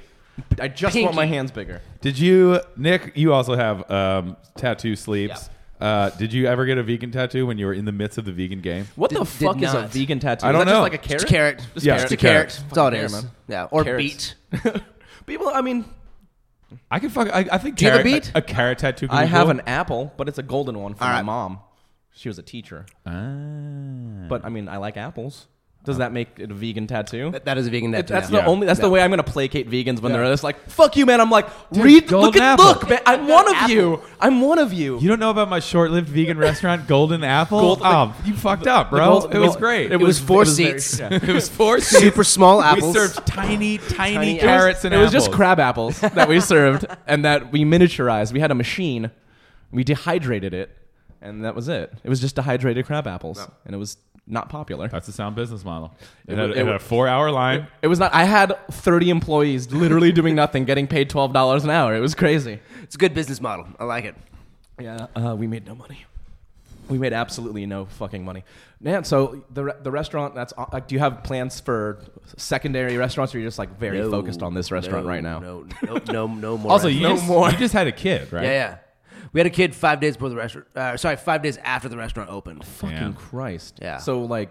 Speaker 2: I just
Speaker 3: Pinky.
Speaker 2: want my hands bigger.
Speaker 1: Did you, Nick? You also have um, tattoo sleeves. Uh, did you ever get a vegan tattoo when you were in the midst of the vegan game?
Speaker 2: What
Speaker 3: Did-
Speaker 2: the
Speaker 3: did
Speaker 2: fuck is a
Speaker 3: not.
Speaker 2: vegan tattoo?
Speaker 1: I
Speaker 2: Is
Speaker 1: don't
Speaker 2: that
Speaker 1: know.
Speaker 2: Just
Speaker 3: Just
Speaker 2: like a carrot.
Speaker 3: carrot.
Speaker 2: Just
Speaker 1: Yeah,
Speaker 2: carrot.
Speaker 1: just
Speaker 3: Just a carrot.
Speaker 2: Fucking
Speaker 3: That's all it
Speaker 2: hair,
Speaker 3: is.
Speaker 2: man.
Speaker 3: Yeah. Or
Speaker 2: Carrots.
Speaker 3: beet.
Speaker 2: People, I mean,
Speaker 1: I can fuck. I, I think
Speaker 3: Do you have a
Speaker 1: carrot-
Speaker 3: bead?
Speaker 1: A, carrot tattoo. could
Speaker 2: I
Speaker 1: be
Speaker 2: have
Speaker 1: cool.
Speaker 2: an apple, but it's a golden one from
Speaker 3: All
Speaker 2: my
Speaker 3: right.
Speaker 2: mom. She was a teacher,
Speaker 1: Ah.
Speaker 2: but I mean, I like apples. Does that make it a vegan tattoo?
Speaker 3: That- that is a vegan
Speaker 2: That-
Speaker 3: tattoo.
Speaker 2: that's
Speaker 3: now.
Speaker 2: the only. That's the way I'm gonna placate vegans when they're just like, "Fuck you, man." I'm like, "Read, look
Speaker 1: golden
Speaker 2: at,
Speaker 1: apple.
Speaker 2: look, man. I'm one of you. I'm one of you."
Speaker 1: You don't know about my short-lived vegan restaurant, Golden Apple.
Speaker 2: Gold-
Speaker 1: oh, you fucked up, bro.
Speaker 2: gold-
Speaker 1: it was
Speaker 2: gold-
Speaker 1: great.
Speaker 2: it
Speaker 3: It was four
Speaker 2: it was very-
Speaker 3: seats.
Speaker 1: it was four.
Speaker 3: Super small apples.
Speaker 1: We served tiny, tiny,
Speaker 3: Tiny
Speaker 1: carrots and
Speaker 2: it
Speaker 1: apples.
Speaker 2: was just crab apples that we served and that we miniaturized. We had a machine, we dehydrated it, and that was it. It was just dehydrated crab apples, and it was not popular.
Speaker 1: That's a sound business model. It,
Speaker 2: It
Speaker 1: had,
Speaker 2: wa-
Speaker 1: it
Speaker 2: it
Speaker 1: had
Speaker 2: wa-
Speaker 1: a four-hour line.
Speaker 2: It was not. I had 30 employees literally doing nothing, getting paid $12 an hour. It was crazy.
Speaker 3: It's a good business model. I like it.
Speaker 2: Yeah, uh, we made no money. We made absolutely no fucking money. Man, so the re- the restaurant that's on- like, do you have plans for secondary restaurants, or you're just like very
Speaker 3: No,
Speaker 2: focused on this restaurant
Speaker 3: no,
Speaker 2: right now?
Speaker 3: No, no, no, no more.
Speaker 1: Also,
Speaker 3: restaurants.
Speaker 1: you,
Speaker 2: No
Speaker 1: just,
Speaker 2: more.
Speaker 1: you just had a kid, right?
Speaker 3: yeah, yeah. We had a kid five days before the restaurant. Uh, sorry, five days after the restaurant opened.
Speaker 2: Fucking
Speaker 1: Yeah.
Speaker 2: Christ.
Speaker 3: Yeah.
Speaker 2: So like,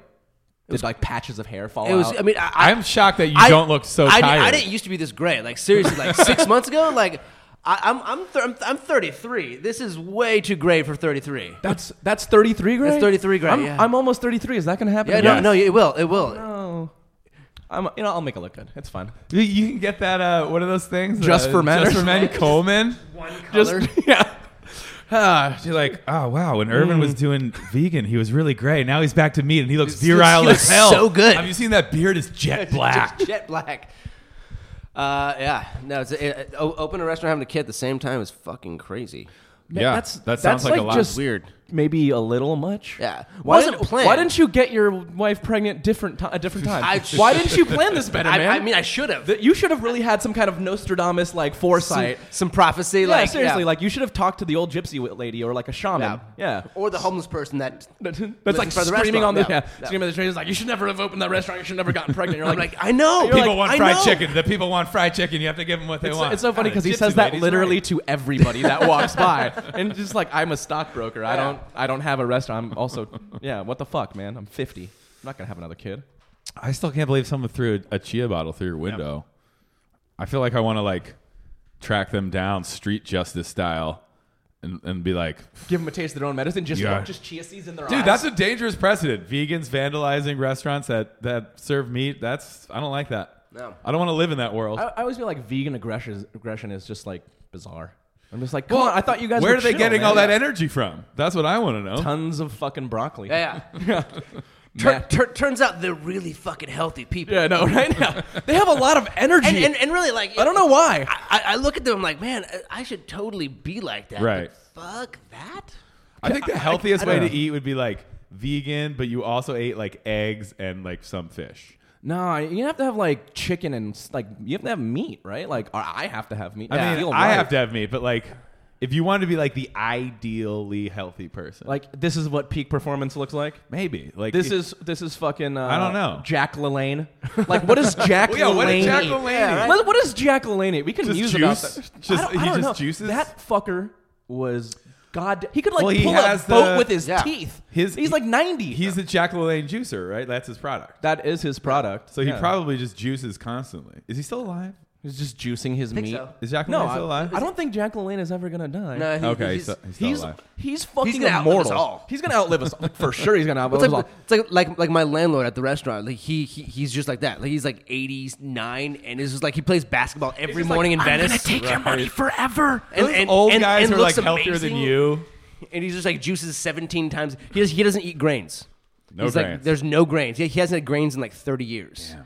Speaker 2: did like patches of hair fall
Speaker 3: It was.
Speaker 2: out?
Speaker 3: I mean, I, I
Speaker 1: I'm shocked that you
Speaker 3: I-
Speaker 1: don't look so
Speaker 3: I,
Speaker 1: tired.
Speaker 3: I didn't used to be this gray. Like seriously, like six months ago, like I, I'm I'm th- I'm I'm 33. This is way too gray for 33.
Speaker 2: that's that's 33 gray.
Speaker 3: That's 33 gray,
Speaker 2: I'm,
Speaker 3: yeah.
Speaker 2: I'm almost 33. Is that gonna happen?
Speaker 3: Yeah,
Speaker 2: again?
Speaker 1: Yes.
Speaker 3: no, no, it will, it will.
Speaker 2: Oh. I'm, you know, I'll make it look good. It's fine.
Speaker 1: You- You can get that. Uh, what are those things?
Speaker 2: Just
Speaker 1: Uh,
Speaker 2: for men
Speaker 1: Just
Speaker 2: or
Speaker 1: for men. Coleman.
Speaker 3: One
Speaker 2: Just
Speaker 3: color.
Speaker 2: yeah.
Speaker 1: Ah, she's like, oh wow. When Irvin was doing vegan, he was really gray. Now he's back to meat, and he looks
Speaker 3: he looks-
Speaker 1: virile
Speaker 3: he
Speaker 1: as
Speaker 3: looks
Speaker 1: hell.
Speaker 3: so good.
Speaker 1: Have you seen that beard? Is jet black.
Speaker 3: Just jet black. Uh, yeah, no, it's it, it- o- open a restaurant having a kid at the same time is fucking crazy.
Speaker 2: Man,
Speaker 1: Yeah,
Speaker 2: that's-
Speaker 1: that sounds
Speaker 2: that's
Speaker 1: like a
Speaker 2: like
Speaker 1: lot.
Speaker 2: just-
Speaker 3: Weird.
Speaker 2: Maybe a little much.
Speaker 3: Yeah.
Speaker 2: Why
Speaker 3: Wasn't
Speaker 2: didn't,
Speaker 3: planned.
Speaker 2: Why didn't you get your wife pregnant different ti- a different time?
Speaker 3: I-
Speaker 2: why didn't you plan this better,
Speaker 3: I,
Speaker 2: man?
Speaker 3: I mean, I should have.
Speaker 2: That you should have really had some kind of Nostradamus like
Speaker 3: Some,
Speaker 2: foresight.
Speaker 3: some prophecy,
Speaker 2: yeah,
Speaker 3: like
Speaker 2: seriously,
Speaker 3: yeah.
Speaker 2: like you should have talked to the old gypsy wi- lady or like a shaman. Yeah.
Speaker 3: or the homeless person that
Speaker 2: That's
Speaker 3: Listen
Speaker 2: like
Speaker 3: for the
Speaker 2: screaming on the
Speaker 3: restaurant.
Speaker 2: yeah,
Speaker 3: Yeah, yeah.
Speaker 2: screaming at the train. It's like you should never have opened that restaurant. You should never gotten pregnant. You're like,
Speaker 3: I'm like, I know.
Speaker 2: You're
Speaker 1: people
Speaker 2: like,
Speaker 1: want
Speaker 3: I
Speaker 1: fried
Speaker 3: know.
Speaker 1: chicken. The people want fried chicken. You have to give them what they
Speaker 2: it's,
Speaker 1: want.
Speaker 2: it's so funny
Speaker 1: God,
Speaker 2: because he
Speaker 1: gypsy
Speaker 2: says that
Speaker 1: lady's
Speaker 2: literally
Speaker 1: right.
Speaker 2: to everybody that walks by, and just like I'm a stockbroker. I
Speaker 3: Yeah.
Speaker 2: don't I don't have a restaurant. I'm also yeah. What the fuck, man? I'm 50. I'm not gonna have another kid.
Speaker 1: I still can't believe someone threw a, a chia bottle through your window. I feel like I want to like track them down street justice style and, and be like,
Speaker 2: Give them a taste of their own medicine. Just
Speaker 1: Yeah.
Speaker 2: just chia seeds in their
Speaker 1: dude,
Speaker 2: eyes.
Speaker 1: that's a dangerous precedent. Vegans vandalizing restaurants that, that serve meat. That's I don't like that.
Speaker 3: No.
Speaker 1: I don't want to live in that world.
Speaker 2: I, I always feel like vegan aggression is, aggression is just like bizarre. I'm just like, come on. I thought you guys.
Speaker 1: Where
Speaker 2: were
Speaker 1: are they
Speaker 2: chill,
Speaker 1: getting
Speaker 2: man.
Speaker 1: all that energy from? That's what I want to know.
Speaker 2: Tons of fucking broccoli.
Speaker 3: Yeah, yeah.
Speaker 2: Nah.
Speaker 3: Tur- tur- turns out they're really fucking healthy people.
Speaker 2: Yeah, no, right now they have a lot of energy.
Speaker 3: And, and, and really, like,
Speaker 2: I don't know why.
Speaker 3: I, I- I look at them, I'm like, man, I- I should totally be like that.
Speaker 1: Right.
Speaker 3: But fuck that.
Speaker 1: I think the healthiest
Speaker 2: I
Speaker 1: way
Speaker 2: don't
Speaker 1: to
Speaker 2: know.
Speaker 1: eat would be like vegan, but you also ate like eggs and like some fish.
Speaker 2: No, you have to have like chicken and s- like you have to have meat, right? Like, or I have to have meat.
Speaker 1: I
Speaker 2: feel
Speaker 1: mean, I
Speaker 2: right.
Speaker 1: have to have meat, but like, if you wanted to be like the ideally healthy person,
Speaker 2: Like, this is what peak performance looks like.
Speaker 1: maybe like
Speaker 2: This
Speaker 1: it-
Speaker 2: is this is fucking. Uh,
Speaker 1: I don't know.
Speaker 2: Jack Lalanne. Like, what is Jack
Speaker 1: Well, yeah, what
Speaker 2: Lalanne?
Speaker 1: did Jack
Speaker 2: eat?
Speaker 1: Lalanne?
Speaker 3: Yeah,
Speaker 1: eat?
Speaker 3: right?
Speaker 2: What, what is Jack Lalanne? eat? We can
Speaker 1: Just
Speaker 2: use
Speaker 1: juice?
Speaker 2: about that.
Speaker 1: Just-
Speaker 2: I don't,
Speaker 1: he
Speaker 2: I don't
Speaker 1: just
Speaker 2: know.
Speaker 1: juices?
Speaker 2: That fucker was god. He could like
Speaker 1: Well, he
Speaker 2: pull
Speaker 1: has
Speaker 2: a boat
Speaker 1: the-
Speaker 2: with his
Speaker 3: Yeah.
Speaker 2: teeth.
Speaker 1: His-
Speaker 2: he's
Speaker 1: he-
Speaker 2: like ninety.
Speaker 1: He's the Jack Lalanne juicer, right? That's his product.
Speaker 2: that is his product.
Speaker 1: So he
Speaker 2: Yeah.
Speaker 1: probably just juices constantly. Is he still alive?
Speaker 2: he's just juicing his
Speaker 3: Think
Speaker 2: meat.
Speaker 3: so.
Speaker 1: Is Jack Lalanne
Speaker 2: No,
Speaker 1: still
Speaker 2: I,
Speaker 1: alive?
Speaker 2: I don't think Jack Lalanne is ever gonna die.
Speaker 3: No, he-
Speaker 1: okay, he's,
Speaker 3: he's,
Speaker 1: still- he's still
Speaker 2: He's
Speaker 1: alive.
Speaker 2: he's fucking
Speaker 3: gonna outlive
Speaker 2: immortal.
Speaker 3: us all.
Speaker 2: He's gonna outlive us all. for sure. He's gonna outlive us
Speaker 3: it's,
Speaker 2: all.
Speaker 3: like, it's like like like my landlord at the restaurant. Like he, he he's just like that. Like he's like 89, and it's just like he plays basketball every morning in Venice.
Speaker 2: your money forever.
Speaker 3: and,
Speaker 1: Those
Speaker 3: and-
Speaker 1: old
Speaker 3: and-
Speaker 1: guys
Speaker 3: and
Speaker 1: are like
Speaker 3: looks
Speaker 1: healthier than
Speaker 3: amazing,
Speaker 1: you.
Speaker 3: And he's just like juices 17 times. He does, he doesn't eat grains.
Speaker 1: No
Speaker 3: he's Like,
Speaker 1: grains.
Speaker 3: there's no grains. He, he hasn't had grains in like 30 years.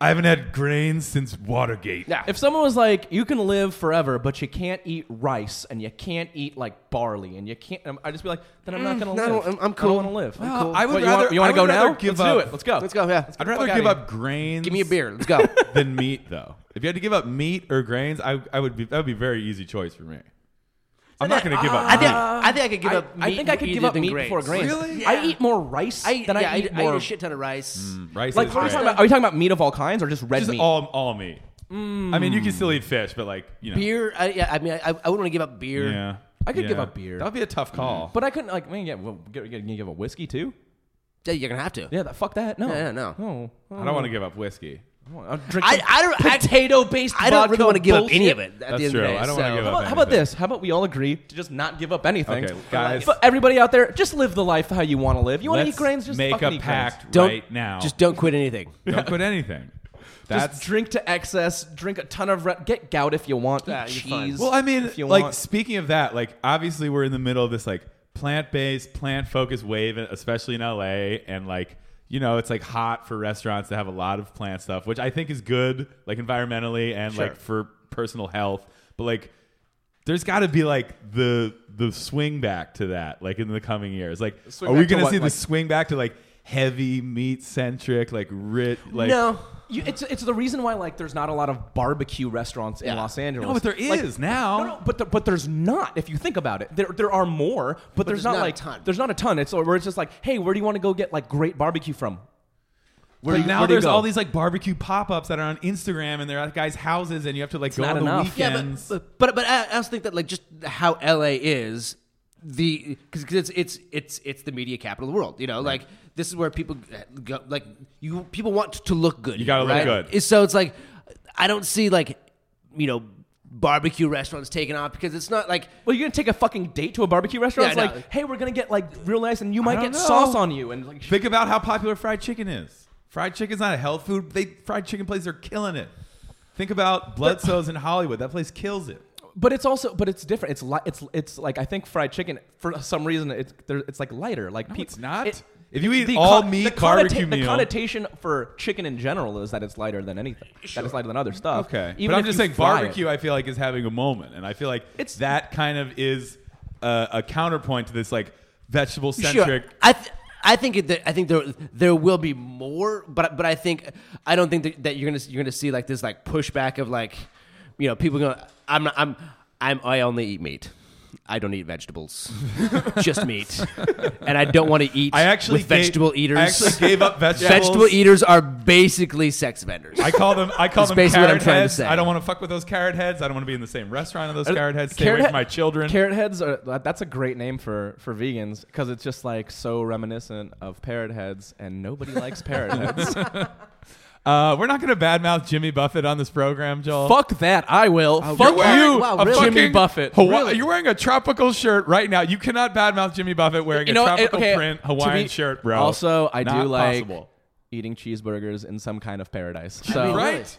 Speaker 1: I haven't had grains since Watergate.
Speaker 3: Yeah.
Speaker 2: If someone was like, "You can live forever, but you can't eat rice, and you can't eat like barley, and you can't," um, I'd just be like, "Then Mm, I'm not gonna
Speaker 3: no,
Speaker 2: live.
Speaker 3: I'm- I'm
Speaker 2: I
Speaker 3: cool.
Speaker 2: don't want to live.
Speaker 1: Well, I would
Speaker 2: What, you
Speaker 1: rather-
Speaker 2: wanna- you wanna
Speaker 1: I would
Speaker 2: go now?
Speaker 1: rather give
Speaker 2: Let's do
Speaker 1: up.
Speaker 2: it. Let's go.
Speaker 3: Let's go. Yeah.
Speaker 1: I'd
Speaker 2: Fuck
Speaker 1: rather
Speaker 2: outta
Speaker 1: give
Speaker 2: here.
Speaker 1: up grains.
Speaker 3: Give me a beer. Let's go.
Speaker 1: than meat, though. If you had to give up meat or grains, I, I would be that would be a very easy choice for me. I I'm not going to give up.
Speaker 3: I think
Speaker 1: meat.
Speaker 3: I think I could give
Speaker 2: I,
Speaker 3: up.
Speaker 2: I
Speaker 3: meat
Speaker 2: think I could give
Speaker 3: easier
Speaker 2: up
Speaker 3: than
Speaker 2: meat
Speaker 3: grains.
Speaker 2: before grains.
Speaker 1: Really?
Speaker 2: I eat more rice
Speaker 3: I,
Speaker 2: than
Speaker 3: yeah,
Speaker 2: I
Speaker 3: I,
Speaker 2: eat
Speaker 3: I
Speaker 2: more.
Speaker 3: a shit ton of rice.
Speaker 1: rice
Speaker 2: like,
Speaker 1: is
Speaker 2: what are we
Speaker 1: great.
Speaker 2: talking about? Are we talking about meat of all kinds or just red
Speaker 1: Just
Speaker 2: meat? Mm.
Speaker 1: all all meat. I mean, you can still eat fish, but like you know,
Speaker 3: Beer. I, yeah, I mean, I, I wouldn't want to give up beer.
Speaker 1: Yeah,
Speaker 2: I could
Speaker 1: Yeah.
Speaker 2: give up beer.
Speaker 1: That'd be a tough call.
Speaker 2: but I couldn't like. I mean, yeah, well, get, get, you give up whiskey too?
Speaker 3: Yeah, you're gonna have to.
Speaker 2: Yeah, that, fuck that. No,
Speaker 3: Yeah, yeah, no.
Speaker 2: no. Oh,
Speaker 1: I don't want to give up whiskey.
Speaker 2: I'll drink
Speaker 3: I,
Speaker 2: some-
Speaker 3: I don't. Potato
Speaker 2: based
Speaker 3: I don't really
Speaker 2: vodka
Speaker 3: want to give up any
Speaker 2: bullshit.
Speaker 3: of it. At
Speaker 1: That's
Speaker 3: the end Of
Speaker 1: true.
Speaker 3: the day,
Speaker 1: I don't wanna
Speaker 3: so-
Speaker 1: give
Speaker 2: How
Speaker 1: up.
Speaker 2: about, how about
Speaker 1: anything.
Speaker 2: this? How about we all agree to just not give up anything?
Speaker 1: Okay, guys.
Speaker 2: But everybody out there, just live the life how you want to live. You want to
Speaker 1: let's
Speaker 2: eat grains? Just
Speaker 1: make
Speaker 2: fucking
Speaker 1: a
Speaker 2: eat
Speaker 1: pact
Speaker 3: Don't-
Speaker 1: right now.
Speaker 3: Just don't quit anything.
Speaker 1: don't put anything.
Speaker 2: Grains.
Speaker 1: That's
Speaker 2: Just drink to excess. Drink a ton of re- get gout if you want.
Speaker 3: Yeah,
Speaker 2: eat
Speaker 3: you're fine.
Speaker 2: cheese.
Speaker 1: Well, I mean,
Speaker 2: if you
Speaker 1: like
Speaker 2: want.
Speaker 1: speaking of that, like obviously we're in the middle of this like plant-based, plant-focused wave, especially in LA, and like you know, it's like hot for restaurants to have a lot of plant stuff, which I think is good, like environmentally and
Speaker 2: Sure.
Speaker 1: like for personal health. But like, there's got to be like the the swing back to that, like in the coming years. Like,
Speaker 2: Swing
Speaker 1: are we
Speaker 2: back to
Speaker 1: gonna
Speaker 2: what,
Speaker 1: see the
Speaker 2: like-
Speaker 1: swing back to like heavy meat-centric, like rich, like
Speaker 3: no.
Speaker 2: You, it's it's the reason why like there's not a lot of barbecue restaurants in
Speaker 3: Yeah.
Speaker 2: Los Angeles.
Speaker 1: No, but there
Speaker 2: Like,
Speaker 1: is now.
Speaker 2: No, no, but there, but there's not. If you think about it, there there are more, but, there's,
Speaker 3: there's
Speaker 2: not,
Speaker 3: not a
Speaker 2: like
Speaker 3: ton.
Speaker 2: there's not a ton. It's where it's just like, hey, where do you want to go get like great barbecue from?
Speaker 1: Where
Speaker 2: Like,
Speaker 1: now
Speaker 2: where do you
Speaker 1: there's
Speaker 2: go?
Speaker 1: all these like barbecue pop-ups that are on Instagram and they're at guys' houses and you have to like go
Speaker 2: not
Speaker 1: on
Speaker 2: enough.
Speaker 1: the
Speaker 3: Yeah,
Speaker 1: weekends.
Speaker 3: but but, but I, I also think that like just how LA is the because it's it's it's it's the media capital of the world. You know, like this is where people go, like you people want to look good. You
Speaker 1: gotta look
Speaker 3: right?
Speaker 1: good.
Speaker 3: It's- So it's like I don't see like you know barbecue restaurants taking off because it's not like
Speaker 2: Well, you're gonna take a fucking date to a barbecue restaurant.
Speaker 3: Yeah, I
Speaker 2: it's
Speaker 3: know.
Speaker 2: like, hey, we're gonna get like real nice, and you might
Speaker 1: don't
Speaker 2: get
Speaker 1: know.
Speaker 2: sauce on you, and like, sh-
Speaker 1: Think about how popular fried chicken is. Fried chicken's not a health food. They fried chicken places are killing it. Think about Bledsoe's in Hollywood. That place kills it.
Speaker 2: but it's also, but it's different. It's li- it's it's like I think fried chicken for some reason it's there, it's like lighter. Like
Speaker 1: No,
Speaker 2: pe-
Speaker 1: it's not.
Speaker 2: it-
Speaker 1: if you eat
Speaker 2: the
Speaker 1: all
Speaker 2: con-
Speaker 1: meat
Speaker 2: the
Speaker 1: barbecue
Speaker 2: connota-
Speaker 1: meal,
Speaker 2: The connotation for chicken in general is that it's lighter than anything. That it's lighter than other stuff.
Speaker 1: okay.
Speaker 2: Even
Speaker 1: but I'm
Speaker 2: if
Speaker 1: just
Speaker 2: you
Speaker 1: saying
Speaker 2: fry it.
Speaker 1: barbecue. I feel like is having a moment, and I feel like
Speaker 2: It's-
Speaker 1: that kind of is a, a counterpoint to this like vegetable centric.
Speaker 3: Sure. I th- I think it- that I think there there will be more, but but I think I don't think that, that you're gonna you're gonna see like this like pushback of like you know people going I'm not, I'm I'm I only eat meat. I don't eat vegetables, just meat, and I don't want to eat.
Speaker 1: I actually
Speaker 3: with
Speaker 1: gave-
Speaker 3: vegetable eaters.
Speaker 1: I actually gave up vegetables.
Speaker 3: vegetable eaters are basically sex vendors.
Speaker 1: I call them. I call
Speaker 3: That's
Speaker 1: them
Speaker 3: basically what I'm
Speaker 1: carrot
Speaker 3: trying to
Speaker 1: heads.
Speaker 3: say.
Speaker 1: I don't want to fuck with those carrot heads. I don't want to be in the same restaurant as those carrot heads. Stay
Speaker 2: Uh, Carrot
Speaker 1: away
Speaker 2: head-
Speaker 1: from my children.
Speaker 2: Carrot heads are that- that's a great name for for vegans because it's just like so reminiscent of parrot heads, and nobody likes parrot heads.
Speaker 1: Uh, we're not going to badmouth Jimmy Buffett on this program, Joel.
Speaker 2: Fuck that! I will. Fuck
Speaker 1: Oh, You're wearing-
Speaker 2: you,
Speaker 3: wow,
Speaker 1: a
Speaker 3: really?
Speaker 1: fucking
Speaker 2: Jimmy Buffett.
Speaker 1: Hawa-
Speaker 2: Really?
Speaker 1: You're wearing a tropical shirt right now. You cannot badmouth Jimmy Buffett wearing a
Speaker 2: it-
Speaker 1: tropical
Speaker 2: okay,
Speaker 1: print
Speaker 2: to
Speaker 1: Hawaiian
Speaker 2: be-
Speaker 1: shirt, bro.
Speaker 2: Also, I
Speaker 1: Not
Speaker 2: do like
Speaker 1: possible.
Speaker 2: eating cheeseburgers in some kind of paradise. So
Speaker 3: mean, really.
Speaker 1: right?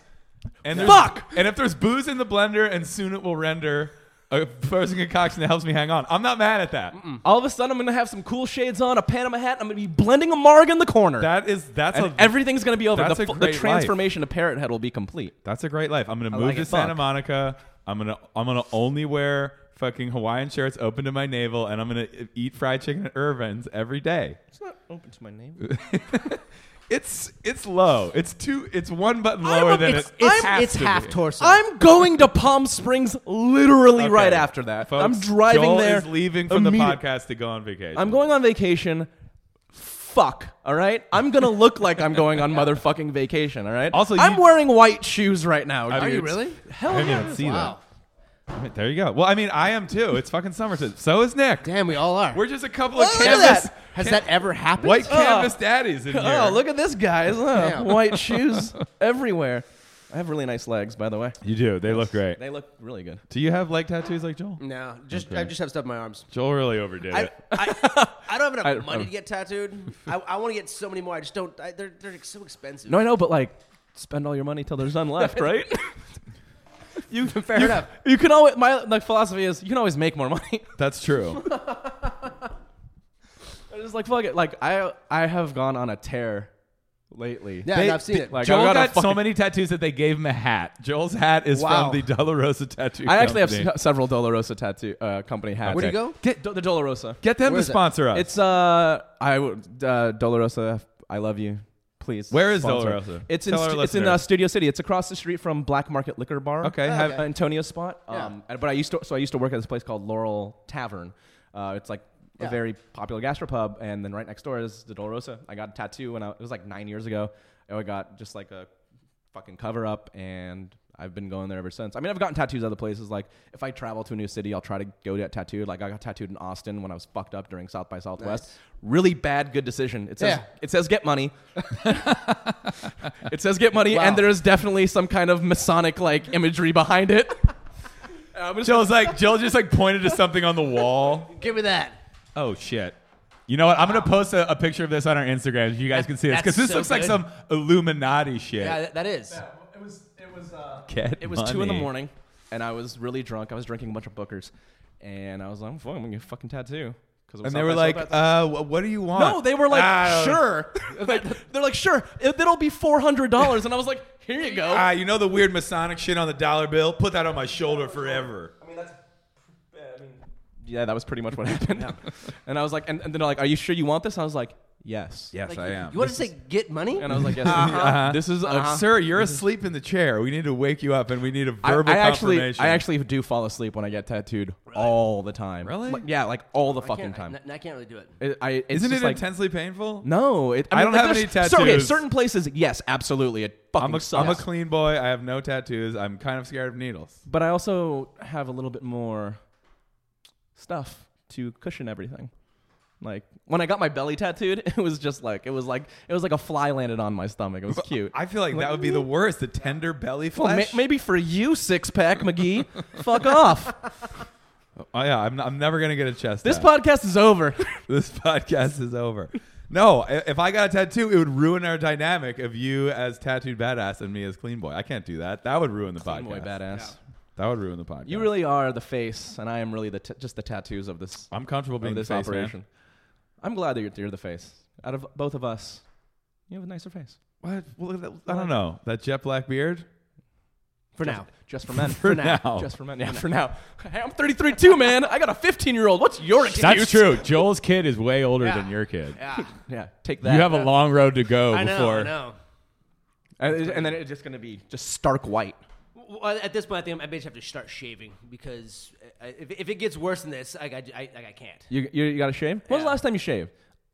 Speaker 1: And there's-
Speaker 2: Fuck!
Speaker 1: And if there's booze in the blender, and soon it will render a frozen concoction that helps me hang on. I'm not mad at that.
Speaker 2: all of a sudden, I'm gonna have some cool shades on, a Panama hat, and I'm gonna be blending a marg in the corner,
Speaker 1: That is that's
Speaker 2: and
Speaker 1: a
Speaker 2: everything's gonna be over.
Speaker 1: that's
Speaker 2: the,
Speaker 1: a
Speaker 2: fu- the
Speaker 1: great life.
Speaker 2: transformation to parrot head will be complete.
Speaker 1: That's a great life. I'm gonna
Speaker 2: I
Speaker 1: move
Speaker 2: like
Speaker 1: to
Speaker 2: it.
Speaker 1: Santa
Speaker 2: Fuck.
Speaker 1: Monica. I'm gonna I'm gonna only wear fucking Hawaiian shirts open to my navel, and I'm gonna eat fried chicken at Irvin's every day.
Speaker 2: It's not open to my name.
Speaker 1: It's it's low. It's two. It's one button
Speaker 2: I'm
Speaker 1: lower
Speaker 2: a-
Speaker 1: than
Speaker 2: it's-
Speaker 1: it.
Speaker 3: it's
Speaker 1: has
Speaker 3: it's
Speaker 1: to
Speaker 3: half
Speaker 1: be.
Speaker 3: torso.
Speaker 2: I'm going to Palm Springs literally
Speaker 1: Okay.
Speaker 2: right after that.
Speaker 1: Folks,
Speaker 2: I'm driving
Speaker 1: Joel
Speaker 2: there.
Speaker 1: Is leaving from the
Speaker 2: immediate-
Speaker 1: podcast to go on vacation.
Speaker 2: I'm going on vacation. Fuck. All right. I'm gonna look like I'm going on motherfucking vacation. All right.
Speaker 1: Also,
Speaker 2: I'm
Speaker 1: you-
Speaker 2: wearing white shoes right now.
Speaker 1: Are you
Speaker 2: dudes.
Speaker 3: really?
Speaker 1: I
Speaker 2: Hell
Speaker 1: didn't
Speaker 2: yeah.
Speaker 1: even see
Speaker 3: wow.
Speaker 1: that. Alright, There you go. Well, I mean, I am too. It's fucking Somerset. So is Nick.
Speaker 3: Damn, we all are.
Speaker 1: We're just a couple
Speaker 2: Oh,
Speaker 1: of
Speaker 2: look at
Speaker 1: canvas,
Speaker 2: that.
Speaker 3: Has that ever happened?
Speaker 1: white
Speaker 2: Oh.
Speaker 1: canvas daddies in here.
Speaker 2: Oh, look at this guy. Oh,
Speaker 3: Damn.
Speaker 2: white shoes everywhere. I have really nice legs, by the way.
Speaker 1: You do. They look great.
Speaker 2: They look really good.
Speaker 1: Do you have leg tattoos like Joel?
Speaker 3: No, just I just have stuff in my arms.
Speaker 1: Joel really overdid
Speaker 3: I,
Speaker 1: it.
Speaker 3: I, I don't have enough
Speaker 2: I-
Speaker 3: money
Speaker 2: I'm-
Speaker 3: to get tattooed. I, I want to get so many more. I just don't. I, they're they're so expensive.
Speaker 2: No, I know, but like, spend all your money till there's none left, right?
Speaker 3: you fair
Speaker 2: you,
Speaker 3: enough.
Speaker 2: you can always. My like philosophy is you can always make more money.
Speaker 1: That's true.
Speaker 2: I just like fuck it. Like I I have gone on a tear lately.
Speaker 3: Yeah,
Speaker 1: They-
Speaker 3: and I've seen
Speaker 1: they-
Speaker 3: it.
Speaker 2: Like,
Speaker 1: Joel
Speaker 2: I
Speaker 1: got,
Speaker 2: got a
Speaker 1: so
Speaker 2: fucking-
Speaker 1: many tattoos that they gave him a hat. Joel's hat is
Speaker 3: Wow.
Speaker 1: from the Dolorosa tattoo.
Speaker 2: I actually have
Speaker 1: Company.
Speaker 2: se- several Dolorosa tattoo uh, company hats.
Speaker 3: Where do you go?
Speaker 2: Get Do- the Dolorosa.
Speaker 1: Get them
Speaker 3: Where
Speaker 1: to
Speaker 3: is it?
Speaker 1: sponsor us.
Speaker 2: It's uh I would uh, Dolorosa. I love you. please.
Speaker 1: Where is
Speaker 2: sponsor.
Speaker 1: Del Rosa?
Speaker 2: It's in
Speaker 1: Tell our
Speaker 2: stu- it's in uh,
Speaker 1: listeners.
Speaker 2: Studio City. It's across the street from Black Market Liquor Bar.
Speaker 1: Okay,
Speaker 2: uh,
Speaker 1: have-
Speaker 2: Antonio's spot.
Speaker 3: Yeah.
Speaker 2: Um, and- but I used to so I used to work at this place called Laurel Tavern. Uh, it's like a
Speaker 3: Yeah.
Speaker 2: very popular gastropub, and then right next door is the Del Rosa. I got a tattoo when I it was like nine years ago. And I got just like a fucking cover up and I've been going there ever since. I mean, I've gotten tattoos other places. Like, if I travel to a new city, I'll try to go get tattooed. Like, I got tattooed in Austin when I was fucked up during South by Southwest.
Speaker 3: Nice.
Speaker 2: Really bad, good decision. It says
Speaker 3: Yeah.
Speaker 2: it says get money. it says get money,
Speaker 3: Wow.
Speaker 2: and there is definitely some kind of Masonic like imagery behind it. And I'm just-
Speaker 1: Jill's like Jill just like pointed to something on the wall.
Speaker 3: Give me that.
Speaker 1: Oh shit. You know what? I'm gonna post a, a picture of this on our Instagram so you guys can see this because
Speaker 3: That's
Speaker 1: this
Speaker 3: so
Speaker 1: looks like
Speaker 3: good.
Speaker 1: some Illuminati shit.
Speaker 3: Yeah, that, that is.
Speaker 2: it was it was uh,
Speaker 1: Get
Speaker 2: it was two in the
Speaker 1: money.
Speaker 2: morning, and I was really drunk. I was drinking a bunch of bookers, and I was like, "Fuck, I'm gonna get a fucking tattoo." 'Cause it
Speaker 1: and
Speaker 2: was South
Speaker 1: they were
Speaker 2: by
Speaker 1: like,
Speaker 2: Southwest.
Speaker 1: uh, wh- "What do you want?"
Speaker 2: No, they were like,
Speaker 1: Ah,
Speaker 2: sure. like, they're like, sure. It, it'll be four hundred dollars, and I was like, here you go.
Speaker 1: Ah, you know the weird Masonic shit on the dollar bill? Put that on my shoulder forever.
Speaker 2: mean, that's. I mean, yeah, that was pretty much what happened. And I was like, and, and then they're like, are you sure you want this? And I was like, yes.
Speaker 1: Yes,
Speaker 3: Like,
Speaker 1: I
Speaker 3: you-
Speaker 1: am.
Speaker 3: You want to say get money?
Speaker 2: And I was like, yes.
Speaker 1: Uh-huh.
Speaker 2: This is a.
Speaker 1: Uh, Sir, you're asleep in the chair. We need to wake you up, and we need a
Speaker 2: I,
Speaker 1: verbal
Speaker 2: I actually,
Speaker 1: confirmation.
Speaker 2: I actually do fall asleep when I get tattooed all the time.
Speaker 1: Really?
Speaker 2: Like, yeah, like all the
Speaker 3: I
Speaker 2: fucking
Speaker 3: can't,
Speaker 2: time.
Speaker 3: I, I can't really do it.
Speaker 2: It- I, it's
Speaker 1: isn't
Speaker 2: just
Speaker 1: it
Speaker 2: like,
Speaker 1: intensely painful?
Speaker 2: No, it,
Speaker 1: I
Speaker 2: mean,
Speaker 1: don't have
Speaker 2: there's-
Speaker 1: any
Speaker 2: So, okay,
Speaker 1: tattoos.
Speaker 2: certain places, yes, absolutely. It fucking
Speaker 1: I'm a,
Speaker 2: sucks.
Speaker 1: am a clean boy. I have no tattoos. I'm kind of scared of needles.
Speaker 2: but I also have a little bit more stuff to cushion everything. Like when I got my belly tattooed, it was just like it was like it was like a fly landed on my stomach. It was cute.
Speaker 1: uh, I feel like that would be the worst. The tender belly
Speaker 2: Well, ma-
Speaker 1: flesh.
Speaker 2: maybe for you, six pack McGee, fuck off.
Speaker 1: oh yeah, I'm, I'm never gonna get a chest.
Speaker 2: This
Speaker 1: tat.
Speaker 2: podcast is over.
Speaker 1: this podcast is over. No, i- if I got a tattoo, it would ruin our dynamic of you as tattooed badass and me as clean boy. I can't do that. That would ruin the podcast.
Speaker 2: Boy, badass.
Speaker 1: That would ruin the podcast.
Speaker 2: You really are the face, and I am really the t- just the tattoos of this
Speaker 1: I'm comfortable being
Speaker 2: of Oh, this
Speaker 1: the face, man.
Speaker 2: operation. I'm glad that you're, you're the face. Out of both of us, you have a nicer face.
Speaker 1: What? Well, that- I don't know. That jet black beard.
Speaker 3: For
Speaker 2: Just-
Speaker 3: now.
Speaker 2: Just for men.
Speaker 1: For now.
Speaker 2: Just for men. Yeah, for now. Hey, I'm 33 too, man. I got a 15 year old. What's your excuse?
Speaker 4: That's true. Joel's kid is way older
Speaker 3: Yeah.
Speaker 4: than your kid.
Speaker 3: Yeah.
Speaker 2: Yeah, take that.
Speaker 4: you have a long road to go
Speaker 3: I know.
Speaker 4: before.
Speaker 3: I know.
Speaker 2: and, and then it's just gonna be just stark white.
Speaker 3: Well, at this point, I think I may just have to start shaving because uh, if, if it gets worse than this, I, I, I, like, I can't.
Speaker 2: You you, you got to shave. When's the
Speaker 3: Yeah.
Speaker 2: last time you shaved?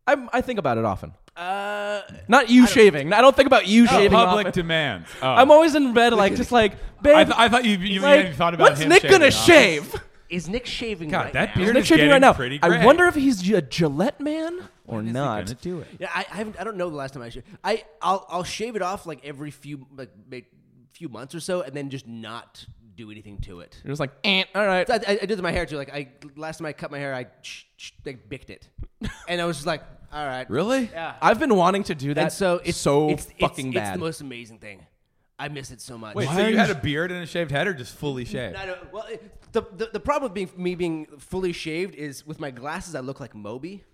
Speaker 2: I I think about it often.
Speaker 3: Uh,
Speaker 2: Not you shaving. I don't think about you shaving.
Speaker 1: Public
Speaker 2: often.
Speaker 1: demands. Oh.
Speaker 2: I'm always in bed like just like babe.
Speaker 1: I, th- I thought you, you, you
Speaker 2: like,
Speaker 1: thought about
Speaker 2: when's
Speaker 1: him
Speaker 2: Nick
Speaker 1: shaving
Speaker 2: gonna
Speaker 1: off.
Speaker 2: shave?
Speaker 3: is Nick shaving
Speaker 1: God,
Speaker 3: right
Speaker 1: that
Speaker 3: now?
Speaker 1: beard-
Speaker 2: Nick
Speaker 1: is
Speaker 2: shaving
Speaker 1: getting
Speaker 2: right now.
Speaker 1: pretty
Speaker 2: I
Speaker 1: gray.
Speaker 2: wonder if he's a Gillette man or not.
Speaker 1: Gonna do it.
Speaker 3: Yeah, I, I haven't. I don't know the last time I shaved. I I'll I'll shave it off like every few like ma- few months or so, and then just not do anything to it.
Speaker 2: You're just like, eh, all right.
Speaker 3: I, I, I did my hair too. Like I last time I cut my hair, I sh- sh- like bicked it, and I was just like, all right,
Speaker 1: Really?
Speaker 3: yeah.
Speaker 2: I've been wanting to do that.
Speaker 3: and so it's
Speaker 2: so
Speaker 3: it's, it's-
Speaker 2: fucking
Speaker 3: it's,
Speaker 2: bad.
Speaker 3: the most amazing thing. I miss it so much.
Speaker 1: Wait,
Speaker 2: Why
Speaker 1: so
Speaker 2: are
Speaker 1: you
Speaker 2: you
Speaker 1: had
Speaker 2: sh-
Speaker 1: a beard and a shaved head, or just fully shaved?
Speaker 3: I don't, well, it- the, the the problem with being me being fully shaved is with my glasses, I look like Moby.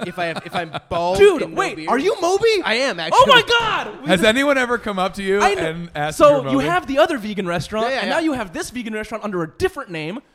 Speaker 3: if I have, if I'm bald,
Speaker 2: Dude,
Speaker 3: and no
Speaker 2: wait,
Speaker 3: beard.
Speaker 2: are you Moby?
Speaker 3: I am actually.
Speaker 2: Oh my god! We
Speaker 1: Has
Speaker 2: just-
Speaker 1: anyone ever come up to you
Speaker 2: I kn-
Speaker 1: and asked?
Speaker 2: so
Speaker 1: your
Speaker 2: you
Speaker 1: motive?
Speaker 2: have the other vegan restaurant,
Speaker 3: Yeah, yeah,
Speaker 2: and
Speaker 3: yeah.
Speaker 2: now you have this vegan restaurant under a different name.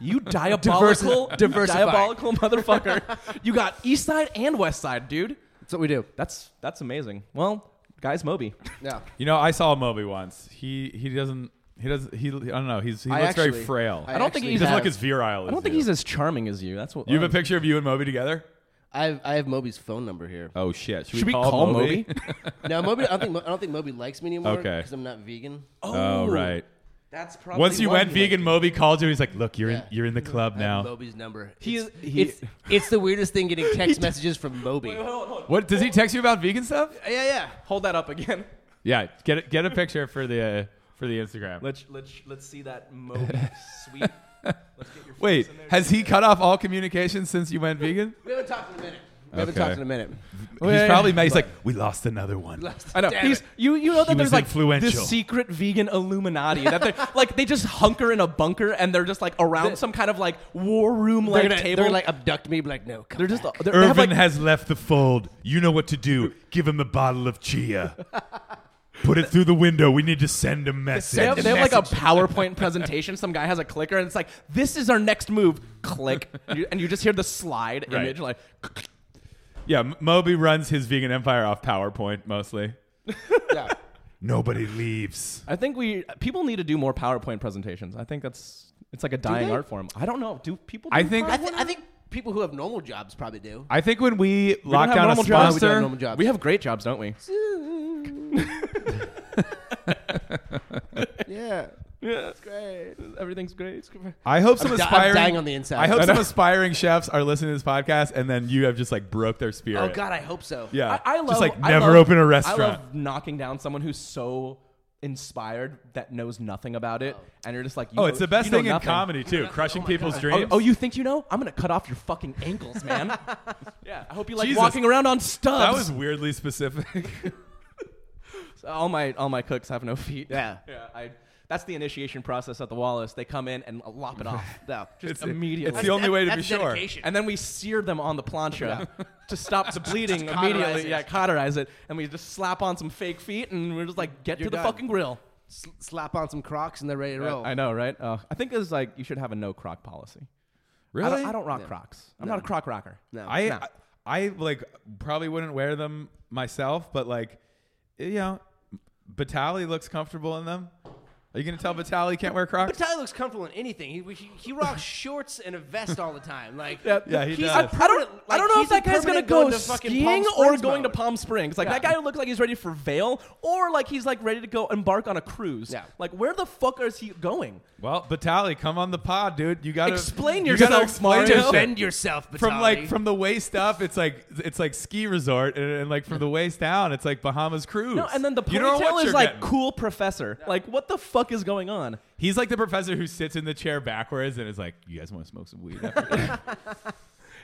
Speaker 2: You diabolical,
Speaker 3: diversify.
Speaker 2: diabolical motherfucker! you got East Side and West Side, dude.
Speaker 3: That's what we do.
Speaker 2: That's that's amazing. Well, guys, Moby.
Speaker 3: Yeah.
Speaker 1: You know, I saw Moby once. He he doesn't he does he I don't know. He's he
Speaker 3: I
Speaker 1: looks very
Speaker 3: actually-
Speaker 1: frail.
Speaker 3: I
Speaker 2: I don't think
Speaker 3: actually
Speaker 1: he
Speaker 2: he's.
Speaker 1: doesn't
Speaker 2: as-
Speaker 1: look as virile.
Speaker 2: I don't think he's as charming as you. That's what uh,
Speaker 1: You have a picture of you and Moby together.
Speaker 3: I have, I have Moby's phone number here.
Speaker 1: Oh shit! Should,
Speaker 2: Should we call, Moby?
Speaker 3: Now Moby, I don't think I don't think Moby likes me anymore
Speaker 1: Okay.
Speaker 3: because I'm not vegan.
Speaker 1: oh right.
Speaker 3: That's probably
Speaker 1: Once you
Speaker 3: why
Speaker 1: went
Speaker 3: he likes
Speaker 1: vegan, Moby called you. He's like, "Look, you're in
Speaker 3: Yeah.
Speaker 1: you're in the club
Speaker 3: I have
Speaker 1: now."
Speaker 3: Moby's number.
Speaker 2: He
Speaker 3: it's,
Speaker 2: is- he-
Speaker 3: it's, it's the weirdest thing getting text messages from Moby. Yeah,
Speaker 1: What does he text you about vegan stuff?
Speaker 3: yeah.
Speaker 2: Hold that up again.
Speaker 1: Yeah, get a, get a picture for the uh, for the Instagram.
Speaker 2: Let's let's let's see that Moby sweet. Let's get your
Speaker 1: Wait,
Speaker 2: face in there.
Speaker 1: has he cut off all communication since you went vegan?
Speaker 3: We haven't talked in a minute. We haven't
Speaker 1: Okay.
Speaker 3: talked in a minute.
Speaker 1: he's
Speaker 2: yeah,
Speaker 1: probably mad. He's like, "We lost another one."
Speaker 2: I know.
Speaker 3: Damn
Speaker 2: He's,
Speaker 3: it.
Speaker 2: you you know that
Speaker 1: He was
Speaker 2: there's like
Speaker 1: influential.
Speaker 2: this secret vegan Illuminati that they are like they just hunker in a bunker and they're just like around some kind of like war room
Speaker 3: They're
Speaker 2: like
Speaker 3: gonna,
Speaker 2: table.
Speaker 3: they're like abduct me. Be like no, come
Speaker 2: They're just uh,
Speaker 3: back.
Speaker 2: they're, they
Speaker 1: Irvin
Speaker 2: have like
Speaker 1: has left the fold. You know what to do. Give him a bottle of chia. Put it through the window. We need to send a
Speaker 2: they have,
Speaker 1: message.
Speaker 2: they have, like a PowerPoint presentation. Some guy has a clicker and it's like this is our next move. Click, You- and you just hear the slide
Speaker 1: Right.
Speaker 2: image like
Speaker 1: Yeah, M- Moby runs his vegan empire off PowerPoint mostly.
Speaker 3: Yeah.
Speaker 1: Nobody leaves.
Speaker 2: I think we people need to do more PowerPoint presentations. I think that's it's like a dying
Speaker 3: they?
Speaker 2: art form. I don't know. Do people? Do
Speaker 1: I think-
Speaker 3: I,
Speaker 2: PowerPoint?
Speaker 3: th- I think people who have normal jobs probably do.
Speaker 1: I think when we
Speaker 2: We don't
Speaker 1: lock
Speaker 2: have
Speaker 1: down a
Speaker 2: normal jobs.
Speaker 1: sponsor,
Speaker 3: normal jobs.
Speaker 2: We have great jobs, don't we?
Speaker 3: yeah.
Speaker 2: Yeah,
Speaker 3: Great.
Speaker 2: everything's great.
Speaker 1: I hope some
Speaker 3: I'm di- I'm
Speaker 1: aspiring.
Speaker 3: dying on the inside.
Speaker 1: I hope
Speaker 3: I
Speaker 1: some aspiring chefs are listening to this podcast, and then you have just like broke their spirit.
Speaker 3: Oh God, I hope so.
Speaker 1: Yeah,
Speaker 2: I, I love
Speaker 1: Uh, just like
Speaker 2: I
Speaker 1: never
Speaker 2: love-
Speaker 1: open a
Speaker 2: I
Speaker 1: restaurant.
Speaker 2: love knocking down someone who's so inspired that knows nothing about it, and you're just like, you
Speaker 1: oh,
Speaker 2: know-
Speaker 1: it's the best
Speaker 2: you know
Speaker 1: thing in
Speaker 2: nothing.
Speaker 1: comedy too, crushing people's
Speaker 2: Oh,
Speaker 1: dreams.
Speaker 2: oh, you think you know? I'm gonna cut off your fucking ankles, man. yeah, I hope you like
Speaker 1: Jesus.
Speaker 2: walking around on stubs.
Speaker 1: that was weirdly specific.
Speaker 2: all my all my cooks have no feet.
Speaker 3: Yeah.
Speaker 2: yeah. I, that's the initiation process at the Wallace. They come in and lop it off.
Speaker 3: No.
Speaker 1: It's-
Speaker 2: Just immediately.
Speaker 1: it's the only way to be
Speaker 3: That's
Speaker 1: sure.
Speaker 3: dedication.
Speaker 2: and then we sear them on the plancha to stop the bleeding
Speaker 3: cauterize
Speaker 2: immediately.
Speaker 3: it.
Speaker 2: Yeah, cauterize it, and we just slap on some fake feet, and we're just like, get to
Speaker 3: You're
Speaker 2: the
Speaker 3: done.
Speaker 2: fucking grill.
Speaker 3: S- slap on some Crocs and they're ready to roll.
Speaker 2: I know, right? Uh, I think it's like you should have a no croc policy. I don't, I don't rock Crocs. I'm not a Croc rocker.
Speaker 3: No.
Speaker 1: I, I I, like probably wouldn't wear them myself, but like you know, Batali looks comfortable in them. Are you gonna tell Batali he can't wear Crocs?
Speaker 3: But Tyler looks comfortable in anything. He, he, he rocks shorts and a vest all the time. Like
Speaker 1: Yeah, he
Speaker 3: he's
Speaker 1: does.
Speaker 3: a
Speaker 2: I don't,
Speaker 3: permanent-
Speaker 2: I don't
Speaker 3: like,
Speaker 2: know
Speaker 3: he's
Speaker 2: if that
Speaker 3: a
Speaker 2: guy's gonna
Speaker 3: permanent
Speaker 2: go,
Speaker 3: to fucking
Speaker 2: skiing
Speaker 3: Palm
Speaker 2: or
Speaker 3: Springs
Speaker 2: going to
Speaker 3: mode.
Speaker 2: Palm Springs. Like that guy looked like he's ready for Vail, or like he's like ready to go embark on a cruise.
Speaker 3: Yeah.
Speaker 2: Like where the fuck is he going?
Speaker 1: Well, Batali, come on the pod, dude. You gotta
Speaker 2: Explain
Speaker 1: you gotta
Speaker 2: yourself,
Speaker 1: explain
Speaker 2: Mario.
Speaker 1: your shit.
Speaker 3: Defend yourself, Batali.
Speaker 1: From like from the waist up, it's like it's like ski resort, and, and like from the waist down, it's like Bahamas cruise.
Speaker 2: No, and then the
Speaker 1: You don't know
Speaker 2: ponytail
Speaker 1: what
Speaker 2: is
Speaker 1: you're
Speaker 2: like
Speaker 1: getting.
Speaker 2: cool professor. Like what the fuck is going on?
Speaker 1: He's like the professor who sits in the chair backwards and is like, "You guys want to smoke some weed?" after?"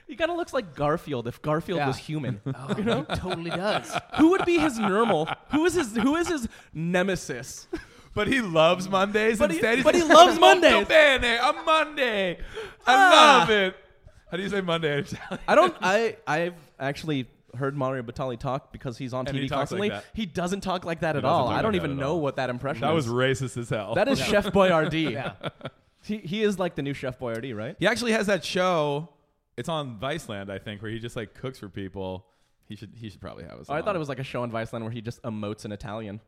Speaker 2: He kind of looks like Garfield if Garfield
Speaker 3: Yeah.
Speaker 2: was human.
Speaker 3: oh, he totally does.
Speaker 2: who would be his normal? Who is his who is his nemesis?
Speaker 1: but he loves Mondays
Speaker 2: But he-
Speaker 1: instead. He's
Speaker 2: but he
Speaker 1: like,
Speaker 2: loves
Speaker 1: "Molto
Speaker 2: Mondays."
Speaker 1: bene, a Monday. I
Speaker 2: Ah.
Speaker 1: love it. How do you say Monday in Italian?
Speaker 2: I don't. I I've actually heard Mario Batali talk because he's on
Speaker 1: And
Speaker 2: TV
Speaker 1: he talks like
Speaker 2: constantly.
Speaker 1: that.
Speaker 2: he doesn't talk like that at
Speaker 1: doesn't
Speaker 2: all.
Speaker 1: talk
Speaker 2: I
Speaker 1: like
Speaker 2: don't
Speaker 1: that
Speaker 2: even
Speaker 1: at
Speaker 2: know
Speaker 1: all.
Speaker 2: what that impression
Speaker 1: That was
Speaker 2: is.
Speaker 1: racist as hell.
Speaker 2: That is Chef Boyardee.
Speaker 3: Yeah.
Speaker 2: He, he is like the new Chef Boyardee, right?
Speaker 1: He actually has that show. It's on Viceland, I think, where he just like cooks for people. He should he should probably have us.
Speaker 2: Oh, I
Speaker 1: on.
Speaker 2: thought it was like a show on Viceland where he just emotes in Italian.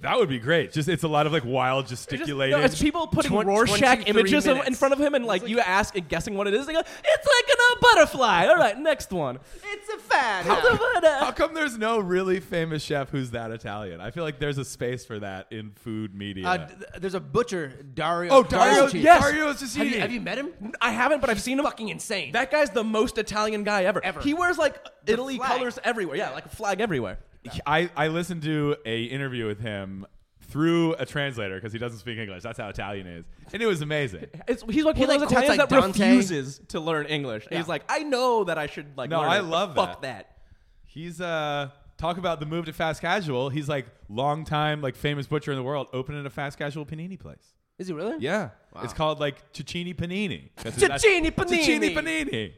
Speaker 1: that would be great. Just it's a lot of like wild
Speaker 2: Just-
Speaker 1: gesticulating.
Speaker 2: no, it's people putting
Speaker 3: Twen-
Speaker 2: Rorschach
Speaker 3: 23
Speaker 2: images in- in
Speaker 3: minutes.
Speaker 2: front of him, and like, you ask and guessing what it is. They go, "It's like a butterfly." All right, next one.
Speaker 3: it's a fad. uh,
Speaker 1: How come there's no really famous chef who's that Italian? I feel like there's a space for that in food media.
Speaker 3: Uh, d- there's a butcher, Dario.
Speaker 1: oh, Dario!
Speaker 3: Carducci.
Speaker 2: yes.
Speaker 1: Dario's just
Speaker 3: Have
Speaker 1: eating.
Speaker 3: you, have you met him?
Speaker 2: I haven't, but I've seen him.
Speaker 3: Fucking insane.
Speaker 2: That guy's the most Italian guy ever.
Speaker 3: Ever.
Speaker 2: He wears like Italy
Speaker 3: flag.
Speaker 2: colors everywhere. Yeah, like a flag everywhere.
Speaker 1: I, I listened to a interview with him through a translator because he doesn't speak English. That's how Italian is, and it was amazing.
Speaker 2: It's, he's like one
Speaker 3: like,
Speaker 2: of those
Speaker 3: quotes
Speaker 2: Italians
Speaker 3: like
Speaker 2: that
Speaker 3: Dante.
Speaker 2: refuses to learn English. He's like, I know that I should like.
Speaker 1: No,
Speaker 2: learn
Speaker 1: I
Speaker 2: it, but
Speaker 1: love
Speaker 2: Fuck that.
Speaker 1: He's uh talk about the move to fast casual. He's like long time like famous butcher in the world, opening a fast casual panini place.
Speaker 3: Is he really?
Speaker 1: Yeah, it's called like Cicini Panini. That's-
Speaker 2: Cicini
Speaker 1: that's-
Speaker 2: Panini.
Speaker 1: Cicini Panini.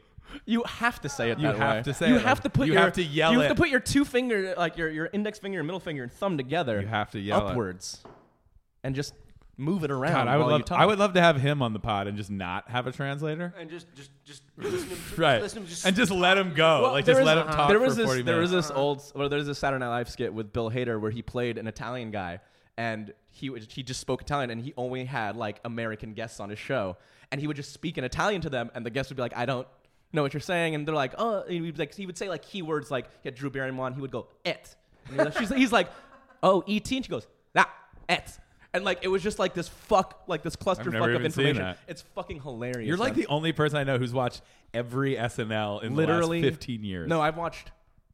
Speaker 2: You have to say it.
Speaker 1: You
Speaker 2: that
Speaker 1: have
Speaker 2: way.
Speaker 1: to say
Speaker 2: You
Speaker 1: it.
Speaker 2: have to put.
Speaker 1: You
Speaker 2: your,
Speaker 1: have to yell
Speaker 2: You
Speaker 1: it.
Speaker 2: have to put your two finger, like your your index finger, and middle finger, and thumb together.
Speaker 1: You have to yell it.
Speaker 2: upwards, and just move it around.
Speaker 1: God, I would
Speaker 2: while you
Speaker 1: love.
Speaker 2: talk.
Speaker 1: I would love to have him on the pod and just not have a translator.
Speaker 3: And just, just, just listen to him.
Speaker 1: Right,
Speaker 3: Listen to him. Just
Speaker 1: and just let him go.
Speaker 2: Well,
Speaker 1: like
Speaker 2: there
Speaker 1: just
Speaker 2: is-
Speaker 1: let him talk
Speaker 2: there
Speaker 1: for
Speaker 2: was this,
Speaker 1: forty
Speaker 2: There was
Speaker 1: minutes.
Speaker 2: this old, well, there's this Saturday Night Live skit with Bill Hader where he played an Italian guy, and he would, he just spoke Italian, and he only had like American guests on his show, and he would just speak in Italian to them, and the guests would be like, "I don't know what you're saying," and they're like, "Oh," and he would, like, he would say like keywords like he had Drew Barrymore, and he would go "et," and he was like- she's, he's like, "Oh, et," and she goes "that et." And like it was just like this fuck like this clusterfuck of
Speaker 1: even seen
Speaker 2: information.
Speaker 1: that.
Speaker 2: It's fucking hilarious.
Speaker 1: You're like
Speaker 2: man.
Speaker 1: the only person I know who's watched every SNL in
Speaker 2: literally
Speaker 1: the last 15 years.
Speaker 2: No, I've watched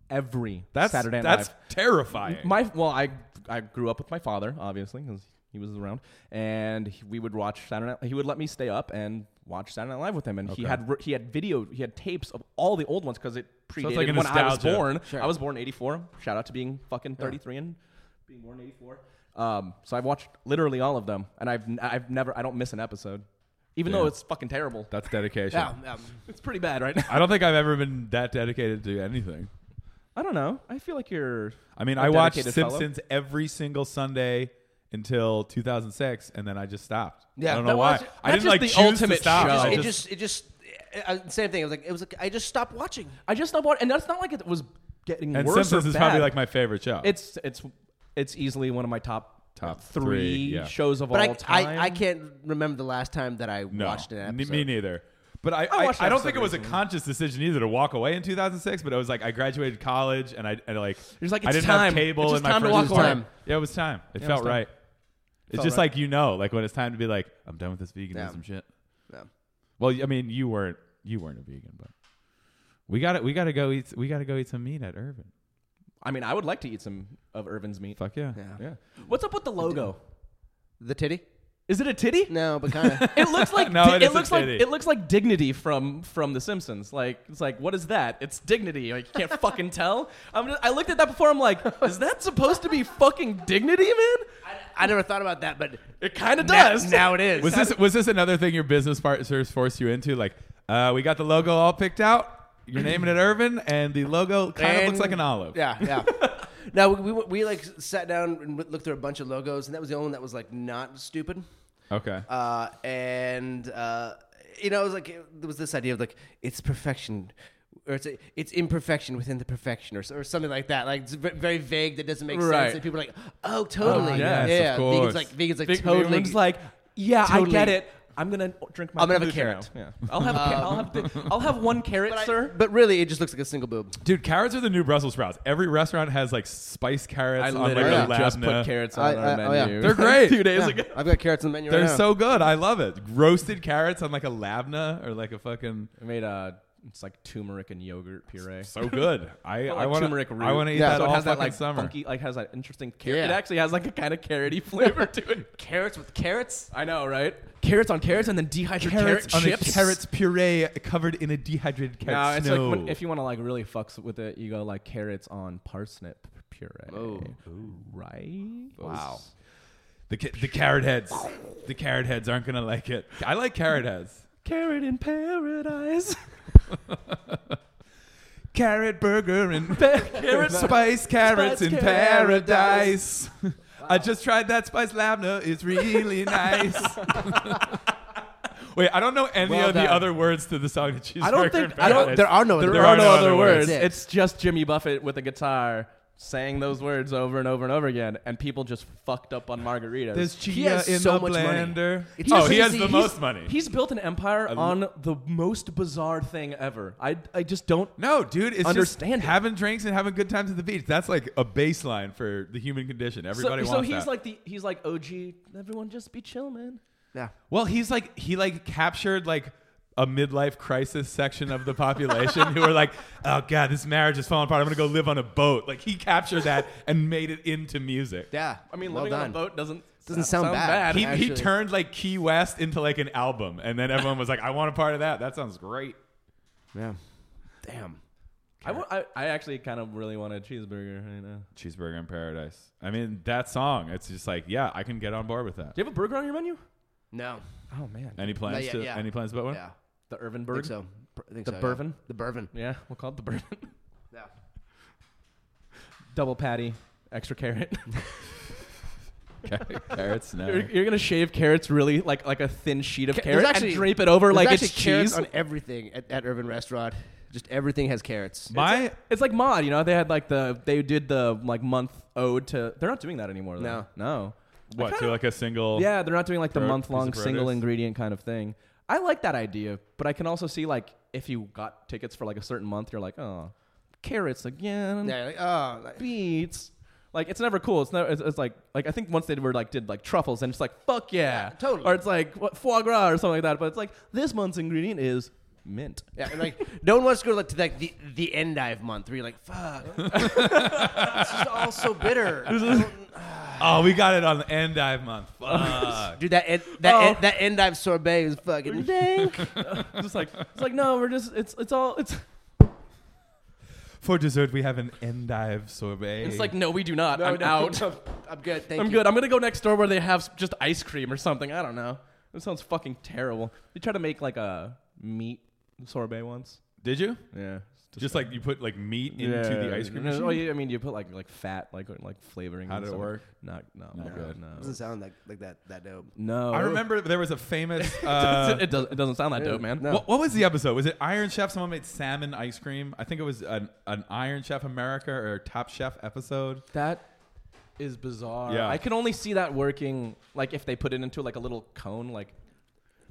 Speaker 2: every
Speaker 1: that's
Speaker 2: Saturday Night
Speaker 1: that's
Speaker 2: Live.
Speaker 1: terrifying.
Speaker 2: My well, I I grew up with my father, obviously, because he was around, and he- we would watch Saturday. Night, he would let me stay up and watch Saturday Night Live with him, and he
Speaker 1: Okay.
Speaker 2: had re- he had video, he had tapes of all the old ones because it
Speaker 1: it's
Speaker 2: predated
Speaker 1: like a
Speaker 2: when I was
Speaker 1: nostalgia.
Speaker 2: born.
Speaker 3: Sure.
Speaker 2: I was born in '84. Shout out to being fucking 33 and being born in '84. Um, so I've watched literally all of them, and I've n- I've never I don't miss an episode, even though
Speaker 1: Yeah.
Speaker 2: it's fucking terrible.
Speaker 1: that's dedication.
Speaker 2: Oh,
Speaker 3: yeah, um,
Speaker 2: It's pretty bad right now.
Speaker 1: I don't think I've ever been that dedicated to anything.
Speaker 2: I don't know. I feel like you're.
Speaker 1: I mean,
Speaker 2: a
Speaker 1: I watched
Speaker 2: dedicated fellow.
Speaker 1: Simpsons every single Sunday until 2006, and then I just stopped.
Speaker 3: Yeah,
Speaker 1: I don't
Speaker 3: that
Speaker 1: know why.
Speaker 3: was-
Speaker 1: I
Speaker 2: that's
Speaker 1: didn't like
Speaker 2: just the
Speaker 1: choose
Speaker 2: ultimate
Speaker 1: to stop.
Speaker 2: show.
Speaker 1: I
Speaker 3: it
Speaker 1: Oh, just,
Speaker 3: just, it just, I, I- same thing. I was like, it was like I just stopped watching.
Speaker 2: I just stopped watching, and that's not like it was getting
Speaker 1: And
Speaker 2: worse.
Speaker 1: Simpsons
Speaker 2: or
Speaker 1: is
Speaker 2: bad.
Speaker 1: probably like my favorite show.
Speaker 2: It's it's it's easily one of my top
Speaker 1: Top
Speaker 2: three,
Speaker 1: three, yeah.
Speaker 2: shows of
Speaker 3: But
Speaker 2: all
Speaker 3: I,
Speaker 2: time.
Speaker 3: I I can't remember the last time that I
Speaker 1: no,
Speaker 3: watched an
Speaker 1: n-
Speaker 3: episode.
Speaker 1: me neither. But I,
Speaker 2: I
Speaker 1: I,
Speaker 2: watched
Speaker 1: I,
Speaker 2: an
Speaker 1: don't
Speaker 2: episode
Speaker 1: think it was a conscious decision either to walk away in 2006. But it was like I graduated college and I and like,
Speaker 2: You're just like,
Speaker 1: I
Speaker 2: "It's
Speaker 1: didn't
Speaker 2: time.
Speaker 1: have cable
Speaker 2: It's
Speaker 1: and
Speaker 2: just
Speaker 1: my
Speaker 2: time to
Speaker 1: friends-
Speaker 3: walk
Speaker 1: it was
Speaker 3: away."
Speaker 1: time. Yeah, it was time. It
Speaker 2: it
Speaker 1: felt
Speaker 2: was time.
Speaker 1: right. It's
Speaker 2: Felt
Speaker 1: just
Speaker 2: right.
Speaker 1: like you know, like when it's time to be like, I'm done with this veganism shit.
Speaker 3: Yeah.
Speaker 1: Well, I mean, you weren't you weren't a vegan, but we got to We got to go eat. We got to go eat some meat at Irvin.
Speaker 2: I mean, I would like to eat some of Irvin's meat.
Speaker 1: Fuck yeah,
Speaker 3: Yeah.
Speaker 2: What's up with the logo?
Speaker 3: The titty?
Speaker 2: Is it a titty?
Speaker 3: No, but kind of.
Speaker 2: It looks like
Speaker 1: No,
Speaker 2: di-
Speaker 1: it
Speaker 2: it,
Speaker 1: is a
Speaker 2: looks like
Speaker 1: titty.
Speaker 2: it looks like dignity from from The Simpsons. Like it's like what is that? It's dignity. Like you can't fucking tell. I'm just, I looked at that before. I'm like, is that supposed to be fucking dignity, man?
Speaker 3: I, I never thought about that, but
Speaker 2: It kind of
Speaker 3: now,
Speaker 2: does.
Speaker 3: now it is.
Speaker 1: Was this was this another thing your business partners forced you into? Like, uh, we got the logo all picked out. You're naming it Irvin, and the logo kind of
Speaker 3: And-
Speaker 1: looks like an olive.
Speaker 3: Yeah, yeah. now we, we we like sat down and looked through a bunch of logos, and that was the only one that was like not stupid.
Speaker 1: Okay.
Speaker 3: uh, and uh, you know, it was like it- there was this idea of like it's perfection, or it's it's imperfection within the perfection, or, or something like that. Like it's ve- very vague that doesn't make
Speaker 2: Right.
Speaker 3: sense. And people are like, oh, totally,
Speaker 1: yes,
Speaker 3: yeah.
Speaker 1: of
Speaker 3: Vegans
Speaker 1: course.
Speaker 3: like vegans like
Speaker 2: Big
Speaker 3: totally.
Speaker 2: Noodle's like, yeah,
Speaker 3: Totally.
Speaker 2: I get it. I'm gonna drink my.
Speaker 3: I'm gonna have a
Speaker 2: kombucha
Speaker 3: carrot.
Speaker 2: now." Yeah. I'll have. a ca- I'll have. The, I'll have one carrot,
Speaker 3: but I-
Speaker 2: sir.
Speaker 3: but really, it just looks like a single boob.
Speaker 1: Dude, carrots are the new Brussels sprouts. Every restaurant has like spice carrots on like
Speaker 3: literally
Speaker 1: the
Speaker 2: just put
Speaker 1: labneh.
Speaker 2: carrots
Speaker 3: I-
Speaker 2: on our
Speaker 3: I- oh,
Speaker 2: menu.
Speaker 3: yeah.
Speaker 1: They're great.
Speaker 2: Two days
Speaker 3: Yeah,
Speaker 2: ago.
Speaker 3: I've got carrots on the menu.
Speaker 1: They're
Speaker 3: right now.
Speaker 1: so good. I love it. Roasted carrots on like a labneh or like a fucking
Speaker 2: I made a. It's like turmeric and yogurt puree.
Speaker 1: so good. I
Speaker 2: But,
Speaker 1: I
Speaker 2: like
Speaker 1: want
Speaker 2: turmeric root.
Speaker 1: I want to eat
Speaker 3: Yeah,
Speaker 1: that
Speaker 2: so it
Speaker 1: all
Speaker 2: has
Speaker 1: fucking
Speaker 2: that like
Speaker 1: summer.
Speaker 2: funky, like has that interesting carrot. It
Speaker 3: Yeah.
Speaker 2: actually has like a kind of carroty flavor to it.
Speaker 3: carrots with carrots.
Speaker 2: I know, right? Carrots on carrots, and then dehydrated
Speaker 1: Carrots
Speaker 2: carrot
Speaker 1: on a
Speaker 2: chips.
Speaker 1: carrots puree covered in a dehydrated carrot
Speaker 2: No, it's
Speaker 1: snow.
Speaker 2: like when, if you want to like really fucks with it, you go like carrots on parsnip puree.
Speaker 3: Oh.
Speaker 2: right. Wow.
Speaker 1: the ca- the carrot heads, the carrot heads aren't gonna like it. I like carrot heads.
Speaker 2: Carrot in paradise.
Speaker 1: Carrot burger and
Speaker 2: Carrot
Speaker 1: spice carrots in
Speaker 2: carrot.
Speaker 1: paradise. I just tried that spice labneh. It's really nice. Wait, I don't know any
Speaker 3: Well
Speaker 1: of
Speaker 3: done.
Speaker 1: the other words to the song that she's.
Speaker 2: I don't think I
Speaker 3: Paradise.
Speaker 2: don't.
Speaker 3: There are no other
Speaker 2: There
Speaker 1: words.
Speaker 2: are no
Speaker 1: There
Speaker 2: other words.
Speaker 3: Yeah.
Speaker 2: It's just Jimmy Buffett with a guitar saying those words over and over and over again, and people just fucked up on margaritas.
Speaker 1: There's
Speaker 3: He
Speaker 1: chia
Speaker 3: has
Speaker 1: in
Speaker 3: so
Speaker 1: the
Speaker 3: much money.
Speaker 1: blender.
Speaker 3: It's
Speaker 1: Oh,
Speaker 3: just-
Speaker 1: he has
Speaker 3: he's-
Speaker 1: the
Speaker 3: he's-
Speaker 1: most money.
Speaker 2: He's built an empire on the most bizarre thing ever. I I just don't.
Speaker 1: no, dude, it's
Speaker 2: Understand it.
Speaker 1: just having drinks and having good times at the beach. That's like a baseline for the human condition.
Speaker 2: So-
Speaker 1: Everybody
Speaker 2: so,
Speaker 1: wants
Speaker 2: he's
Speaker 1: that.
Speaker 2: like the he's like OG. Everyone just be chill, man.
Speaker 3: Yeah.
Speaker 1: Well, he's like he like captured like a midlife crisis section of the population who are like, oh god, this marriage is falling apart. I'm gonna go live on a boat. Like he captured that and made it into music.
Speaker 3: Yeah.
Speaker 2: I mean,
Speaker 3: well
Speaker 2: living on
Speaker 3: done.
Speaker 2: a boat doesn't
Speaker 3: Doesn't sound bad.
Speaker 1: He, he
Speaker 3: Actually.
Speaker 1: turned like Key West into like an album, and then everyone was like, "I want a part of that. That sounds great."
Speaker 3: Yeah. Damn.
Speaker 2: I, wa- I, I actually kind of really want a cheeseburger right now.
Speaker 1: Cheeseburger in Paradise. I mean, that song. It's just like, yeah, I can get on board with that.
Speaker 2: Do you have a burger on your menu?
Speaker 3: No.
Speaker 2: Oh man,
Speaker 1: Any plans
Speaker 3: yet,
Speaker 1: to
Speaker 3: yeah.
Speaker 1: any plans about one?
Speaker 3: Yeah.
Speaker 2: the Irvin
Speaker 3: Think
Speaker 2: burger.
Speaker 3: so. I think
Speaker 2: The
Speaker 3: so, yeah.
Speaker 2: Bourbon?
Speaker 3: The bourbon.
Speaker 2: Yeah, we'll call it the bourbon.
Speaker 3: Yeah.
Speaker 2: Double patty, extra carrot.
Speaker 1: Carrots, no.
Speaker 2: you're, you're gonna shave carrots really like like a thin sheet of
Speaker 3: Ca-
Speaker 2: carrot
Speaker 3: there's actually-
Speaker 2: and drape it over like
Speaker 3: There's
Speaker 2: it's
Speaker 3: actually carrots
Speaker 2: cheese.
Speaker 3: on everything at, at Urban Restaurant. Just everything has carrots.
Speaker 1: My
Speaker 2: It's like mod, you know. They had like the they did the like month ode to. They're not doing that anymore. Though. No, no.
Speaker 1: what to like a single?
Speaker 2: Yeah, they're not doing like the
Speaker 1: Pro-
Speaker 2: month long
Speaker 1: piece of
Speaker 2: single
Speaker 1: produce?
Speaker 2: ingredient kind of thing. I like that idea, but I can also see like if you got tickets for like a certain month, you're like, oh, carrots again,
Speaker 3: Yeah, like, oh, like,
Speaker 2: beets. Like it's never cool. It's never. It's, it's like like I think once they were like did like truffles and it's like fuck yeah,
Speaker 3: Yeah, totally.
Speaker 2: Or it's like what, foie gras or something like that. But it's like this month's ingredient is mint.
Speaker 3: yeah, and like no one wants to go like to like the the endive month where you're like, fuck, it's just all so bitter,
Speaker 1: Oh, we got it on Endive month. Fuck.
Speaker 3: dude. That en- that en-
Speaker 2: Oh.
Speaker 3: that endive sorbet is fucking dank.
Speaker 2: just like it's like no, we're just it's it's all it's
Speaker 1: For dessert, we have an endive sorbet.
Speaker 2: it's like no, we do not. I'm
Speaker 3: no,
Speaker 2: out.
Speaker 3: I'm, I'm good. Thank
Speaker 2: I'm
Speaker 3: you.
Speaker 2: good. I'm gonna go next door where they have s- just ice cream or something. I don't know. That sounds fucking terrible. They tried to make like a meat sorbet once.
Speaker 1: Did you?
Speaker 2: Yeah,
Speaker 1: Just oh, like you put like meat into the ice cream.
Speaker 2: No,
Speaker 1: machine?
Speaker 2: well, you- I mean, you put like like fat, like or, like flavoring.
Speaker 1: How
Speaker 2: and
Speaker 1: did it
Speaker 2: stuff.
Speaker 1: work?
Speaker 2: Not, no, not good. No,
Speaker 3: doesn't sound like like that that dope.
Speaker 2: no.
Speaker 1: I remember there was a famous. Uh,
Speaker 2: Oh. it, does, it doesn't sound that dope, man.
Speaker 3: No.
Speaker 1: What, what was the episode? Was it Iron Chef? Someone made salmon ice cream. I think it was an, an Iron Chef America or Top Chef episode.
Speaker 2: That is bizarre.
Speaker 1: Yeah.
Speaker 2: I can only see that working like if they put it into like a little cone, like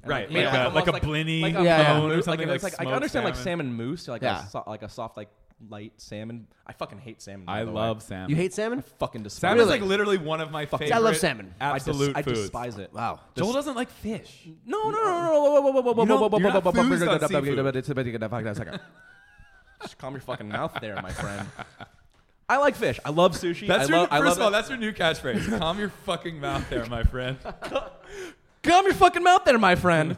Speaker 2: and,
Speaker 1: Right,
Speaker 2: you know,
Speaker 1: like a-
Speaker 2: almost
Speaker 1: like a blini
Speaker 2: a
Speaker 3: Yeah, yeah.
Speaker 2: cone
Speaker 1: or
Speaker 2: mousse,
Speaker 1: something,
Speaker 2: like,
Speaker 1: like
Speaker 2: it's like I can
Speaker 1: smoked
Speaker 2: understand like
Speaker 1: salmon.
Speaker 2: salmon mousse, like
Speaker 3: Yeah.
Speaker 2: a so, like a soft like light salmon. I fucking hate salmon. by
Speaker 1: I
Speaker 2: the way.
Speaker 1: love salmon.
Speaker 3: You hate salmon?
Speaker 2: fucking despise
Speaker 1: salmon? Is
Speaker 2: it.
Speaker 1: like literally one of my favorite.
Speaker 3: I love salmon.
Speaker 2: I
Speaker 1: Absolute
Speaker 2: des- I,
Speaker 1: foods.
Speaker 2: despise it.
Speaker 3: Wow.
Speaker 1: Joel doesn't like fish.
Speaker 2: No, no, no, no, no. Whoa, whoa, whoa, whoa, whoa,
Speaker 1: You don't-
Speaker 2: whoa, whoa,
Speaker 1: you're
Speaker 2: whoa,
Speaker 1: not
Speaker 2: whoa, whoa,
Speaker 1: fused on
Speaker 2: whoa, Just calm your fucking mouth there, my friend. I like fish. I love sushi.
Speaker 1: That's
Speaker 2: I
Speaker 1: your,
Speaker 2: love, I
Speaker 1: first
Speaker 2: love
Speaker 1: of all,
Speaker 2: it.
Speaker 1: that's your new catchphrase. Calm your fucking mouth, there, my friend.
Speaker 2: Calm your fucking mouth there, my friend.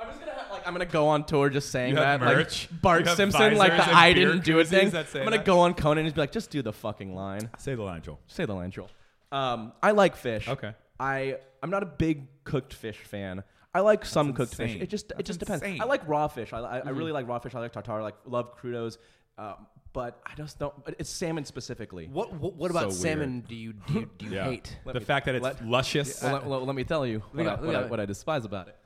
Speaker 2: I'm just gonna have, like I'm gonna go on tour just saying
Speaker 1: You have
Speaker 2: that
Speaker 1: merch?
Speaker 2: like Bart
Speaker 1: You have
Speaker 2: Simpson like
Speaker 1: visors
Speaker 2: the
Speaker 1: and
Speaker 2: I
Speaker 1: beer
Speaker 2: didn't do it
Speaker 1: koozies
Speaker 2: thing. I'm
Speaker 1: that say
Speaker 2: gonna
Speaker 1: that?
Speaker 2: go on Conan and just be like, just do the fucking line.
Speaker 1: Say the line, Joel.
Speaker 2: Say the line, Joel. Um, I like fish.
Speaker 1: Okay.
Speaker 2: I I'm not a big cooked fish fan. I like some cooked fish.
Speaker 1: insane.
Speaker 2: It just it
Speaker 1: That's
Speaker 2: just
Speaker 1: insane. Mm-hmm.
Speaker 2: depends. I like raw fish. I, I, I really like raw fish. I like tartare. I like love crudos. Um, but I just don't. but It's salmon specifically.
Speaker 3: What what, what about
Speaker 1: weird.
Speaker 3: salmon do you do you, do you
Speaker 1: Yeah.
Speaker 3: hate?
Speaker 1: the
Speaker 2: me-
Speaker 1: fact that it's
Speaker 2: let-
Speaker 1: luscious.
Speaker 2: Well, let, let- let me tell you what,
Speaker 3: got-
Speaker 2: I,
Speaker 3: we
Speaker 2: what, I,
Speaker 3: got-
Speaker 2: what I despise about it.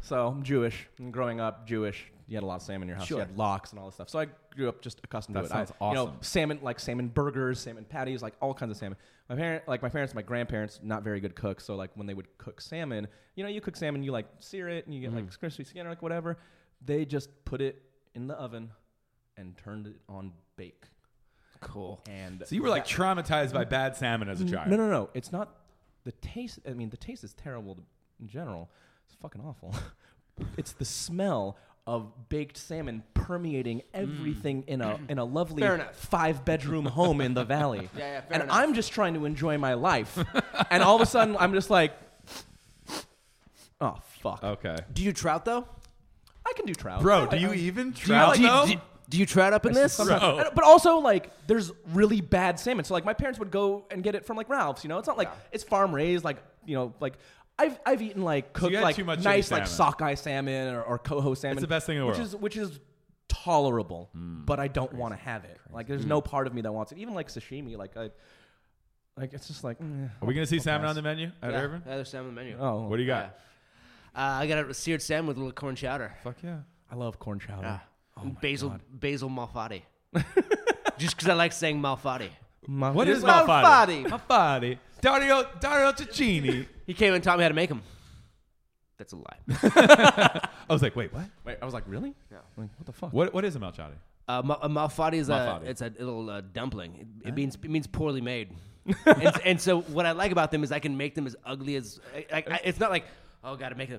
Speaker 2: So I'm Jewish. And growing up, Jewish, you had a lot of salmon in your house.
Speaker 3: Sure.
Speaker 2: You had lox and all this stuff. So I grew up just accustomed
Speaker 1: That
Speaker 2: to it. I-
Speaker 1: sounds
Speaker 2: You know,
Speaker 1: awesome.
Speaker 2: salmon, like salmon burgers, salmon patties, like all kinds of salmon. My parent, like my parents, my grandparents, not very good cooks. So like when they would cook salmon, you know, you cook salmon, you like sear it, and you get like crispy skin or like whatever. They just put it in the oven and turned it on bake.
Speaker 3: Cool.
Speaker 2: And
Speaker 1: so you were like
Speaker 2: that-
Speaker 1: traumatized by bad salmon as a child.
Speaker 2: no, no, no. It's not the taste. I mean, the taste is terrible to- in general. It's fucking awful. it's the smell of baked salmon permeating everything in a in a lovely
Speaker 3: Mm. Fair enough.
Speaker 2: five bedroom home in the valley.
Speaker 3: Yeah, yeah, fair
Speaker 2: and
Speaker 3: enough.
Speaker 2: I'm just trying to enjoy my life, and all of a sudden I'm just like, oh fuck.
Speaker 1: Okay.
Speaker 3: Do you trout though?
Speaker 2: I can do trout,
Speaker 1: Bro, do
Speaker 2: I- I-
Speaker 1: you even
Speaker 3: Do you,
Speaker 1: trout
Speaker 3: do, you-
Speaker 1: though?
Speaker 3: do, do you trout up in this?
Speaker 1: Bro.
Speaker 2: And- But also, like, there's really bad salmon. So, like, my parents would go and get it from like Ralph's. You know, it's not like it's farm raised. Like, you know, like I've I've eaten like cooked
Speaker 1: you had
Speaker 2: like
Speaker 1: too much of
Speaker 2: nice
Speaker 1: the
Speaker 2: like
Speaker 1: salmon.
Speaker 2: sockeye salmon or, or coho salmon.
Speaker 1: the best thing in the
Speaker 2: which
Speaker 1: world. Mm.
Speaker 2: Is, which is tolerable, but I don't want to have it. Like, there's no part of me that wants it. Even like sashimi, like I, like it's just like. mm,
Speaker 1: Are we gonna see salmon on the menu at
Speaker 3: Yeah,
Speaker 1: Irvin?
Speaker 3: yeah, there's salmon on the menu.
Speaker 2: Oh,
Speaker 1: What do you got?
Speaker 3: Uh, I got a seared salmon with a little corn chowder.
Speaker 1: Fuck yeah.
Speaker 2: I love corn chowder.
Speaker 3: Yeah.
Speaker 1: Oh
Speaker 3: And basil basil malfatti. Just because I like saying malfatti.
Speaker 2: My-
Speaker 1: What is
Speaker 3: Malfatti.
Speaker 1: Malfatti? Malfatti. Dario Dario Cicchini.
Speaker 3: He came and taught me how to make them. That's a lie.
Speaker 1: I was like, wait, what?
Speaker 2: Wait, I was like, really? Yeah. Like, what the fuck?
Speaker 1: What what is a malchati?
Speaker 3: Uh, ma- a malfatti is
Speaker 1: Malfatti.
Speaker 3: a it's a little uh, dumpling. It, it means it means poorly made. and, and so what I like about them is I can make them as ugly as like I, it's not like oh gotta make them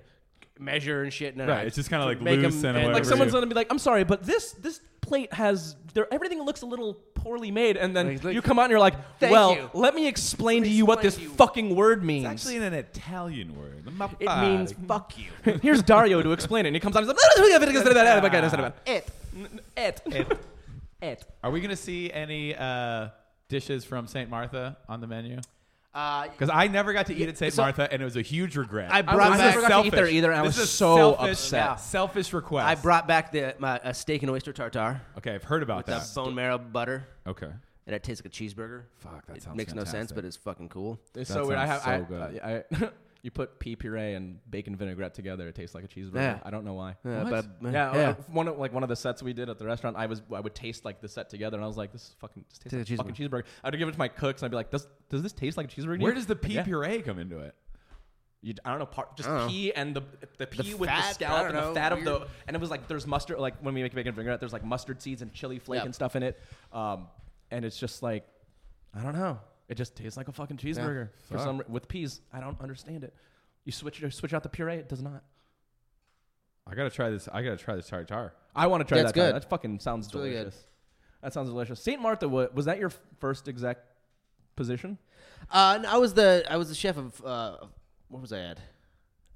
Speaker 3: measure and shit. No, no,
Speaker 1: Right,
Speaker 3: I
Speaker 1: it's just kinda
Speaker 3: can
Speaker 1: like
Speaker 3: make
Speaker 1: loose
Speaker 3: 'em
Speaker 1: and
Speaker 2: like
Speaker 1: whatever
Speaker 2: someone's
Speaker 1: you-
Speaker 2: gonna be like, I'm sorry, but this this plate has there everything looks a little poorly made, and then
Speaker 3: Like, look-
Speaker 2: you come out and you're like,
Speaker 3: Thank
Speaker 2: well,
Speaker 3: you.
Speaker 2: let me explain to you what
Speaker 3: Explain
Speaker 2: this
Speaker 3: to you.
Speaker 2: fucking word means.
Speaker 1: Actually, in an Italian word,
Speaker 3: it means fuck you.
Speaker 2: Here's Dario to explain it, and he comes out and he's like,
Speaker 3: It
Speaker 2: et et et.
Speaker 1: Are we gonna see any uh, dishes from Saint Martha on the menu?
Speaker 3: uh,
Speaker 1: Because I never got to eat at Saint
Speaker 3: so-
Speaker 1: Martha, and it was a huge regret.
Speaker 3: I
Speaker 1: This
Speaker 3: brought
Speaker 1: is
Speaker 3: back-
Speaker 1: a
Speaker 3: I never
Speaker 2: got to eat there either, and I
Speaker 1: this
Speaker 2: was
Speaker 1: is a
Speaker 2: so
Speaker 1: selfish,
Speaker 2: upset.
Speaker 3: Yeah.
Speaker 1: Selfish request.
Speaker 3: I brought back the my a steak and oyster tartare
Speaker 1: Okay, I've heard about
Speaker 3: with
Speaker 1: that.
Speaker 3: the bone marrow butter,
Speaker 1: okay.
Speaker 3: and it tastes like a cheeseburger.
Speaker 1: Fuck, that
Speaker 3: It
Speaker 1: sounds
Speaker 3: makes no sense,
Speaker 1: fantastic.
Speaker 3: but it's fucking cool.
Speaker 2: It's
Speaker 1: That
Speaker 2: so weird. I have
Speaker 1: sounds
Speaker 2: I,
Speaker 1: so good.
Speaker 2: I, I- you put pea puree and bacon vinaigrette together. It tastes like a cheeseburger.
Speaker 3: Yeah.
Speaker 2: I don't know why.
Speaker 3: Yeah, but,
Speaker 2: Yeah, uh, one of, like one of the sets we did at the restaurant, I was I would taste like the set together, and I was like, "This is fucking this tastes like
Speaker 3: Tastes
Speaker 2: a
Speaker 3: like
Speaker 2: fucking cheeseburger." I'd give it to my cooks, and I'd be like, "Does does this taste like a cheeseburger?" to
Speaker 1: Where
Speaker 2: you?"
Speaker 1: does the pea
Speaker 2: Yeah.
Speaker 1: puree come into it?
Speaker 2: You, I don't know, part, just
Speaker 3: I don't know.
Speaker 2: pea and the the pea with
Speaker 3: fat, I
Speaker 2: the scallop
Speaker 3: don't
Speaker 2: and the
Speaker 3: know,
Speaker 2: fat of the
Speaker 3: weird.
Speaker 2: and it was like there's mustard like when we make bacon vinaigrette, there's like mustard seeds and chili flake
Speaker 3: Yep.
Speaker 2: and stuff in it, um, and it's just like I don't know, it just tastes like a fucking cheeseburger for
Speaker 1: Fuck.
Speaker 2: some re- with peas. I don't understand it. You switch switch out the puree, it does not.
Speaker 1: I gotta try this. I gotta try this tartar.
Speaker 2: I want to try that.
Speaker 3: That's
Speaker 2: Good.
Speaker 3: good.
Speaker 2: That fucking sounds
Speaker 3: really
Speaker 2: delicious.
Speaker 3: good.
Speaker 2: That sounds delicious. Saint Martha wa- was that your f- first exec position?
Speaker 3: Uh, no, I was the I was the chef of uh, what was I at?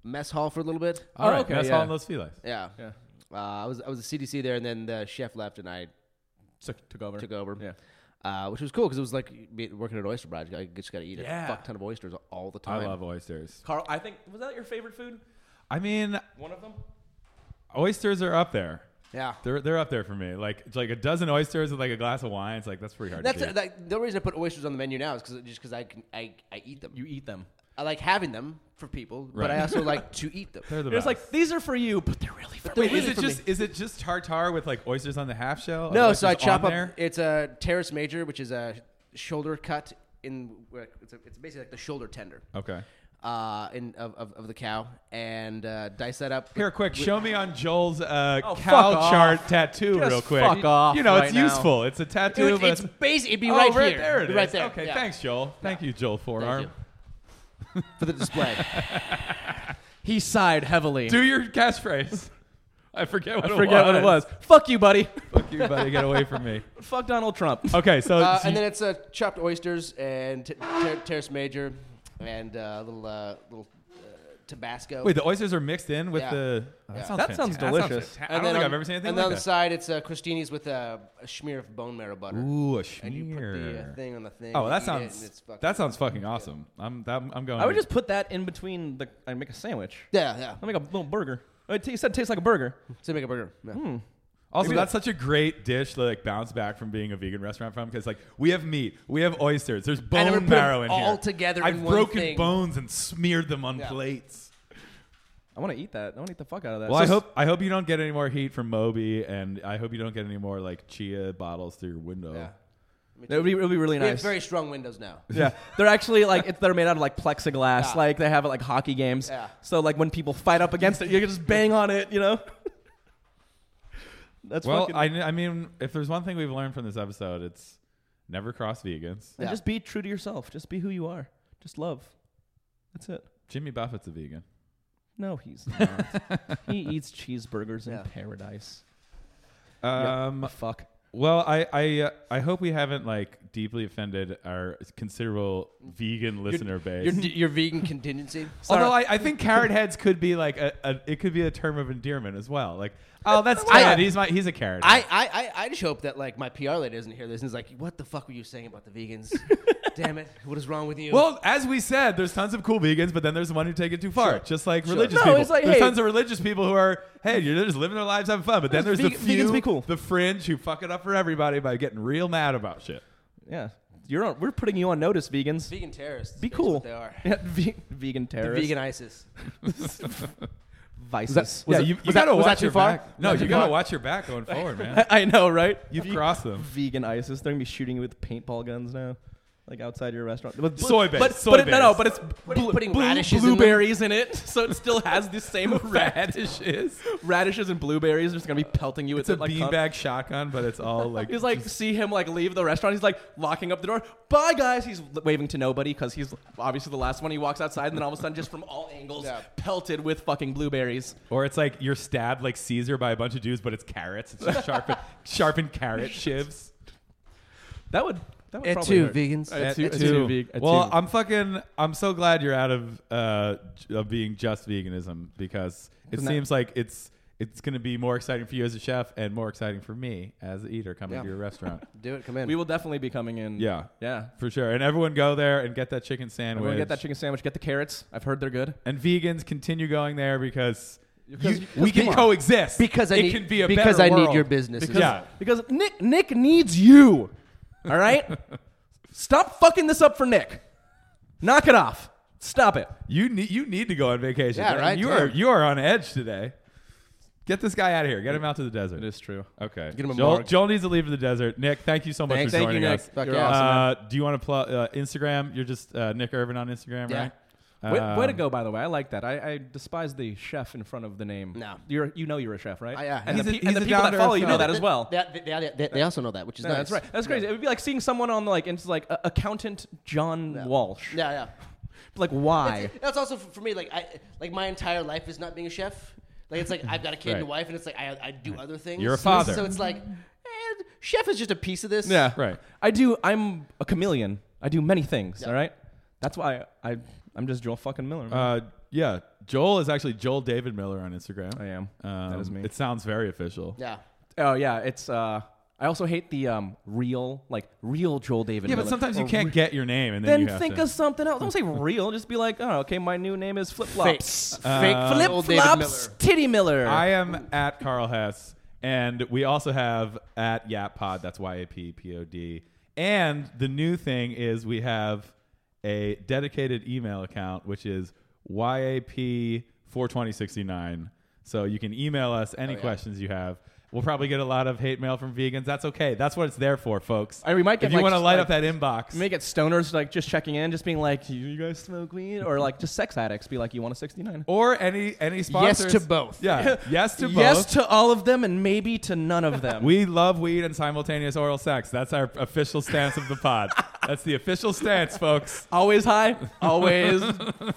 Speaker 3: Mess hall for a little bit.
Speaker 1: All
Speaker 2: Oh,
Speaker 1: right,
Speaker 2: okay,
Speaker 1: That's
Speaker 2: yeah.
Speaker 1: all in Los Feliz.
Speaker 3: Yeah.
Speaker 2: Yeah.
Speaker 3: Uh, I was I was the CDC there, and then the chef left, and I
Speaker 2: Took, took over.
Speaker 3: took over.
Speaker 2: Yeah.
Speaker 3: Uh, which was cool because it was like be- working at Oyster Lodge. I just got to eat
Speaker 2: Yeah.
Speaker 3: a fuck ton of oysters all the time.
Speaker 1: I love oysters.
Speaker 2: Carl, I think was that your favorite food?
Speaker 1: I mean,
Speaker 2: One of them.
Speaker 1: oysters are up there.
Speaker 3: Yeah.
Speaker 1: They're they're up there for me. Like it's like a dozen oysters with like a glass of wine. It's like that's pretty hard.
Speaker 3: That's
Speaker 1: to beat.
Speaker 3: like the reason I put oysters on the menu now is because just because I can I, I eat them.
Speaker 2: You eat them.
Speaker 3: I like having them for people, but
Speaker 1: Right.
Speaker 3: I also like to eat them.
Speaker 1: They're the
Speaker 2: It's
Speaker 1: best.
Speaker 2: like these are for you, but they're really for
Speaker 1: Wait,
Speaker 2: me.
Speaker 1: is it just is it just tartar with like oysters on the half shell?
Speaker 3: No,
Speaker 1: Are
Speaker 3: so I
Speaker 1: oysters
Speaker 3: chop
Speaker 1: on
Speaker 3: up.
Speaker 1: there?
Speaker 3: It's a terrace major, which is a shoulder cut in. It's, a, it's basically like the shoulder tender.
Speaker 1: Okay.
Speaker 3: Uh, in of, of, of the cow and uh, dice that up.
Speaker 1: Here, quick, show me on Joel's uh,
Speaker 2: Oh,
Speaker 1: cow
Speaker 2: fuck
Speaker 1: chart
Speaker 2: off.
Speaker 1: tattoo
Speaker 2: Just
Speaker 1: real quick.
Speaker 2: fuck off
Speaker 1: you know,
Speaker 2: right
Speaker 1: it's
Speaker 2: now.
Speaker 1: useful. It's a
Speaker 3: It
Speaker 1: tattoo,
Speaker 3: would-
Speaker 1: but
Speaker 3: it's
Speaker 1: it's
Speaker 3: basic. It'd be
Speaker 1: Oh,
Speaker 3: right,
Speaker 1: right
Speaker 3: here.
Speaker 1: there it is.
Speaker 3: Right there.
Speaker 1: Okay,
Speaker 3: yeah.
Speaker 1: thanks, Joel. Thank you, Joel Forearm.
Speaker 3: you. for the display.
Speaker 2: He sighed heavily.
Speaker 1: Do your catchphrase. I forget what
Speaker 2: I
Speaker 1: it
Speaker 2: forget what it was. Fuck you, buddy.
Speaker 1: Fuck you, buddy. Get away from me.
Speaker 2: Fuck Donald Trump.
Speaker 1: Okay, so,
Speaker 3: uh,
Speaker 1: so
Speaker 3: and
Speaker 1: you-
Speaker 3: then it's uh, chopped oysters and t- ter- terrace major and uh, little uh, little uh, Tabasco.
Speaker 1: wait, the oysters are mixed in with
Speaker 3: Yeah.
Speaker 1: the. Oh,
Speaker 3: Yeah.
Speaker 2: That sounds
Speaker 1: fanta-
Speaker 2: delicious.
Speaker 1: fanta- I don't
Speaker 3: And then
Speaker 1: think
Speaker 3: on-
Speaker 1: I've ever seen anything
Speaker 3: And
Speaker 1: like
Speaker 3: on the
Speaker 1: that.
Speaker 3: side, it's uh, crostinis with a, a smear of bone marrow butter.
Speaker 1: Ooh, a
Speaker 3: And you put the uh,
Speaker 1: schmear.
Speaker 3: thing on the thing.
Speaker 1: Oh,
Speaker 3: you
Speaker 1: well, that
Speaker 3: eat it, and
Speaker 1: sounds
Speaker 3: it's fucking-
Speaker 1: that sounds fucking awesome. I'm that, I'm going.
Speaker 2: I would
Speaker 1: with-
Speaker 2: just put that in between the. I make a sandwich.
Speaker 3: Yeah, yeah.
Speaker 2: I make a little burger. It t- you said it tastes like a burger.
Speaker 3: So make a burger. Yeah.
Speaker 1: Also,
Speaker 2: Maybe
Speaker 1: that's such a great dish to like bounce back from being a vegan restaurant from because like we have meat, we have oysters, there's
Speaker 3: then we
Speaker 1: bone
Speaker 3: put
Speaker 1: marrow in
Speaker 3: them all
Speaker 1: here.
Speaker 3: together
Speaker 1: I've
Speaker 3: in one
Speaker 1: broken
Speaker 3: thing.
Speaker 1: bones and smeared them on
Speaker 3: Yeah.
Speaker 1: plates.
Speaker 2: I want to eat that. I want to eat the fuck out of that.
Speaker 1: Well,
Speaker 2: So
Speaker 1: I hope I hope you don't get any more heat from Moby, and I hope you don't get any more like chia bottles through your window.
Speaker 3: Yeah.
Speaker 2: It would be, it would be really
Speaker 3: We have
Speaker 2: nice.
Speaker 3: very strong windows now.
Speaker 2: yeah, they're actually like it, they're made out of like plexiglass.
Speaker 3: Yeah.
Speaker 2: Like they have it like hockey games.
Speaker 3: Yeah.
Speaker 2: So like when people fight up against it, you can just bang on it. You know. That's
Speaker 1: Well,
Speaker 2: fucking-
Speaker 1: I, I mean, if there's one thing we've learned from this episode, it's never cross vegans.
Speaker 2: And
Speaker 3: Yeah.
Speaker 2: just be true to yourself. Just be who you are. Just love. That's it.
Speaker 1: Jimmy Buffett's a vegan.
Speaker 2: No, he's not. he eats cheeseburgers in
Speaker 3: Yeah.
Speaker 2: paradise.
Speaker 1: Um,
Speaker 2: Fuck.
Speaker 1: Well, I I uh, I hope we haven't like deeply offended our considerable vegan listener base.
Speaker 3: Your, your vegan contingency.
Speaker 1: Although I, I think carrot heads could be like a, a it could be a term of endearment as well. Like, oh, that's
Speaker 3: I-
Speaker 1: Ted. he's my he's a carrot.
Speaker 3: I,
Speaker 1: head.
Speaker 3: I, I, I just hope that like my PR lady doesn't hear this and is like, what the fuck were you saying about the vegans? Damn it. What is wrong with you?
Speaker 1: well, as we said, there's tons of cool vegans, but then there's the one who take it too far.
Speaker 3: Sure.
Speaker 1: Just like
Speaker 3: Sure.
Speaker 1: religious
Speaker 2: No,
Speaker 1: people,
Speaker 2: it's like,
Speaker 1: there's
Speaker 2: hey-
Speaker 1: tons of religious people who are hey, you're just living their lives, having fun. But then there's the
Speaker 2: Veg-
Speaker 1: few
Speaker 2: vegans be cool.
Speaker 1: the fringe who fuck it up for everybody by getting real mad about shit.
Speaker 2: Yeah. You're on, we're putting you on notice, vegans.
Speaker 3: vegan terrorists. is
Speaker 2: be
Speaker 3: basically
Speaker 2: cool.
Speaker 3: What they are.
Speaker 2: Yeah, ve- vegan
Speaker 3: The
Speaker 2: terrorists.
Speaker 3: vegan ISIS.
Speaker 2: vices.
Speaker 1: yeah,
Speaker 2: Yeah,
Speaker 1: you,
Speaker 2: you-
Speaker 1: you
Speaker 3: that-
Speaker 1: gotta
Speaker 3: was that
Speaker 1: watch
Speaker 3: too
Speaker 1: your
Speaker 3: far?
Speaker 1: back. No,
Speaker 3: Was that
Speaker 1: you
Speaker 3: too
Speaker 1: gotta
Speaker 3: far?
Speaker 1: watch your back going forward, man.
Speaker 2: I know, right?
Speaker 1: You've crossed them.
Speaker 2: vegan ISIS. They're gonna be shooting you with paintball guns now, like outside your restaurant. But,
Speaker 1: Soy-based,
Speaker 2: but, but it, no, no,
Speaker 1: soy-based.
Speaker 2: but it's
Speaker 3: Putting-
Speaker 2: blu-
Speaker 3: putting
Speaker 2: blu-
Speaker 3: radishes in them?
Speaker 2: blueberries in, it, so it still has the same effect.
Speaker 1: Radishes.
Speaker 2: Radishes and blueberries are just gonna be pelting you
Speaker 1: It's
Speaker 2: with
Speaker 1: a
Speaker 2: it, like, con-
Speaker 1: beanbag shotgun, but it's all like
Speaker 2: He's like, see him like leave the restaurant. He's like locking up the door. Bye, guys. He's waving to nobody because he's obviously the last one. He walks outside, and then all of a sudden, just from all angles,
Speaker 3: Yeah.
Speaker 2: pelted with fucking blueberries.
Speaker 1: Or it's like you're stabbed like Caesar by a bunch of dudes, but it's carrots. It's just sharpened, sharpened carrot shivs.
Speaker 2: That would that would
Speaker 3: Et
Speaker 2: probably
Speaker 3: tu,
Speaker 2: hurt.
Speaker 3: vegans.
Speaker 2: Et tu,
Speaker 1: At
Speaker 2: et tu,
Speaker 1: two.
Speaker 2: veg- et
Speaker 1: Well,
Speaker 2: tu.
Speaker 1: I'm fucking. I'm so glad you're out of uh, j- of being just veganism because it
Speaker 2: Isn't that-
Speaker 1: seems like it's it's going to be more exciting for you as a chef and more exciting for me as an eater coming
Speaker 3: Yeah.
Speaker 1: to your restaurant.
Speaker 3: Do it. Come in.
Speaker 2: we will definitely be coming in.
Speaker 1: yeah,
Speaker 2: yeah.
Speaker 1: for sure. And everyone go there and get that chicken sandwich.
Speaker 2: Everyone get that chicken sandwich. Get the carrots. I've heard they're good.
Speaker 1: and vegans continue going there because,
Speaker 2: Because-
Speaker 1: you-
Speaker 2: because
Speaker 1: we can
Speaker 2: come on.
Speaker 1: coexist.
Speaker 3: because I
Speaker 1: it
Speaker 3: need
Speaker 1: can be a
Speaker 3: because
Speaker 1: better
Speaker 3: I need
Speaker 1: world.
Speaker 3: your business.
Speaker 1: Because- Yeah.
Speaker 2: Because Nick Nick needs you. All right? Stop fucking this up for Nick. Knock it off. Stop it.
Speaker 1: You need you need to go on vacation.
Speaker 3: Yeah,
Speaker 1: man.
Speaker 3: right,
Speaker 1: You
Speaker 3: yeah.
Speaker 1: are you are on edge today. Get this guy out of here. Get him out to the desert.
Speaker 2: is true.
Speaker 1: Okay.
Speaker 3: Get him a
Speaker 1: Joel,
Speaker 3: mark.
Speaker 1: Joel needs to leave to the desert. Nick, thank you so much
Speaker 2: Thanks,
Speaker 1: for
Speaker 2: thank you,
Speaker 1: joining
Speaker 2: Nick.
Speaker 1: us.
Speaker 3: Fuck
Speaker 2: You're
Speaker 3: yeah.
Speaker 2: awesome, man.
Speaker 1: uh, do you want to plug uh, Instagram? You're just uh, Nick Irvin on Instagram,
Speaker 3: Yeah.
Speaker 1: right?
Speaker 2: Way, way to
Speaker 1: Um,
Speaker 2: go, by the way. I like that. I, I despise the chef in front of the name.
Speaker 3: No.
Speaker 2: you're you know you're a chef, right?
Speaker 3: I- yeah.
Speaker 2: And,
Speaker 1: He's
Speaker 2: the,
Speaker 1: a-
Speaker 2: pe-
Speaker 1: he's
Speaker 2: and the
Speaker 1: a
Speaker 2: people that
Speaker 1: down-to-earth
Speaker 2: follow you know
Speaker 1: fella.
Speaker 2: that as well.
Speaker 3: They, they- they- they also know that, which is
Speaker 2: No,
Speaker 3: nice.
Speaker 2: That's right. That's crazy. It would be like seeing someone on like it's like uh, accountant John Walsh.
Speaker 3: Yeah, yeah.
Speaker 2: Like why?
Speaker 3: That's also f- for me. Like I, like my entire life is not being a chef. Like it's like I've got a kid and a
Speaker 1: Right.
Speaker 3: wife, and it's like I, I do other things.
Speaker 1: You're a
Speaker 3: So-
Speaker 1: father.
Speaker 3: so it's like, eh, chef is just a piece of this.
Speaker 2: Yeah.
Speaker 1: Right.
Speaker 2: I do. I'm a chameleon. I do many things.
Speaker 3: Yeah.
Speaker 2: All right. That's why I, I'm just Joel fucking Miller. man.
Speaker 1: Uh, yeah. Joel is actually Joel David Miller on Instagram.
Speaker 2: I am.
Speaker 1: Um,
Speaker 2: That is me.
Speaker 1: It sounds very official.
Speaker 3: yeah.
Speaker 2: oh yeah. It's. uh I also hate the um real like real Joel David.
Speaker 1: Yeah,
Speaker 2: Miller.
Speaker 1: but sometimes
Speaker 2: Or
Speaker 1: you can't
Speaker 2: re-
Speaker 1: get your name, and then,
Speaker 2: Oh, Then
Speaker 1: you have
Speaker 2: think
Speaker 1: to.
Speaker 2: of something else. Don't say real. Just be like, oh, okay, my new name is Flip Flops. Uh,
Speaker 3: Fake
Speaker 1: Uh,
Speaker 2: Flip
Speaker 3: old David
Speaker 2: Flops Titty Miller.
Speaker 1: I am at Carl Hess, And we also have at Yap Pod, that's Y A P P O D. And the new thing is we have a dedicated email account, which is YAP42069. So you can email us
Speaker 2: Oh,
Speaker 1: any questions you have. We'll probably get a lot of hate mail from vegans. That's okay. That's what it's there for, folks.
Speaker 2: I mean, we might get,
Speaker 1: if you
Speaker 2: like,
Speaker 1: want to light
Speaker 2: like-
Speaker 1: up that inbox.
Speaker 2: Make it stoners like just checking in, just being like, "You- "You guys smoke weed," or like just sex addicts, be like, "You want a 69?"
Speaker 1: or any any sponsors.
Speaker 3: to both.
Speaker 1: Yeah. Yes to both.
Speaker 2: yes to all of them, and maybe to none of them.
Speaker 1: We love weed and simultaneous oral sex. That's our official stance of the pod. That's the official stance, folks.
Speaker 2: always high, always,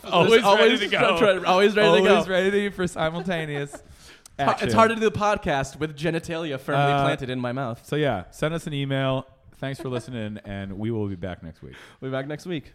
Speaker 1: Always,
Speaker 2: always
Speaker 1: ready to
Speaker 2: try-
Speaker 1: go.
Speaker 2: try- always ready to
Speaker 1: Always
Speaker 2: go.
Speaker 1: ready for simultaneous.
Speaker 2: Ho-
Speaker 1: action.
Speaker 2: It's hard to do the podcast with genitalia firmly
Speaker 1: Uh,
Speaker 2: planted in my mouth.
Speaker 1: So yeah, send us an email. Thanks for listening, and we will be back next week.
Speaker 2: We'll be back next week.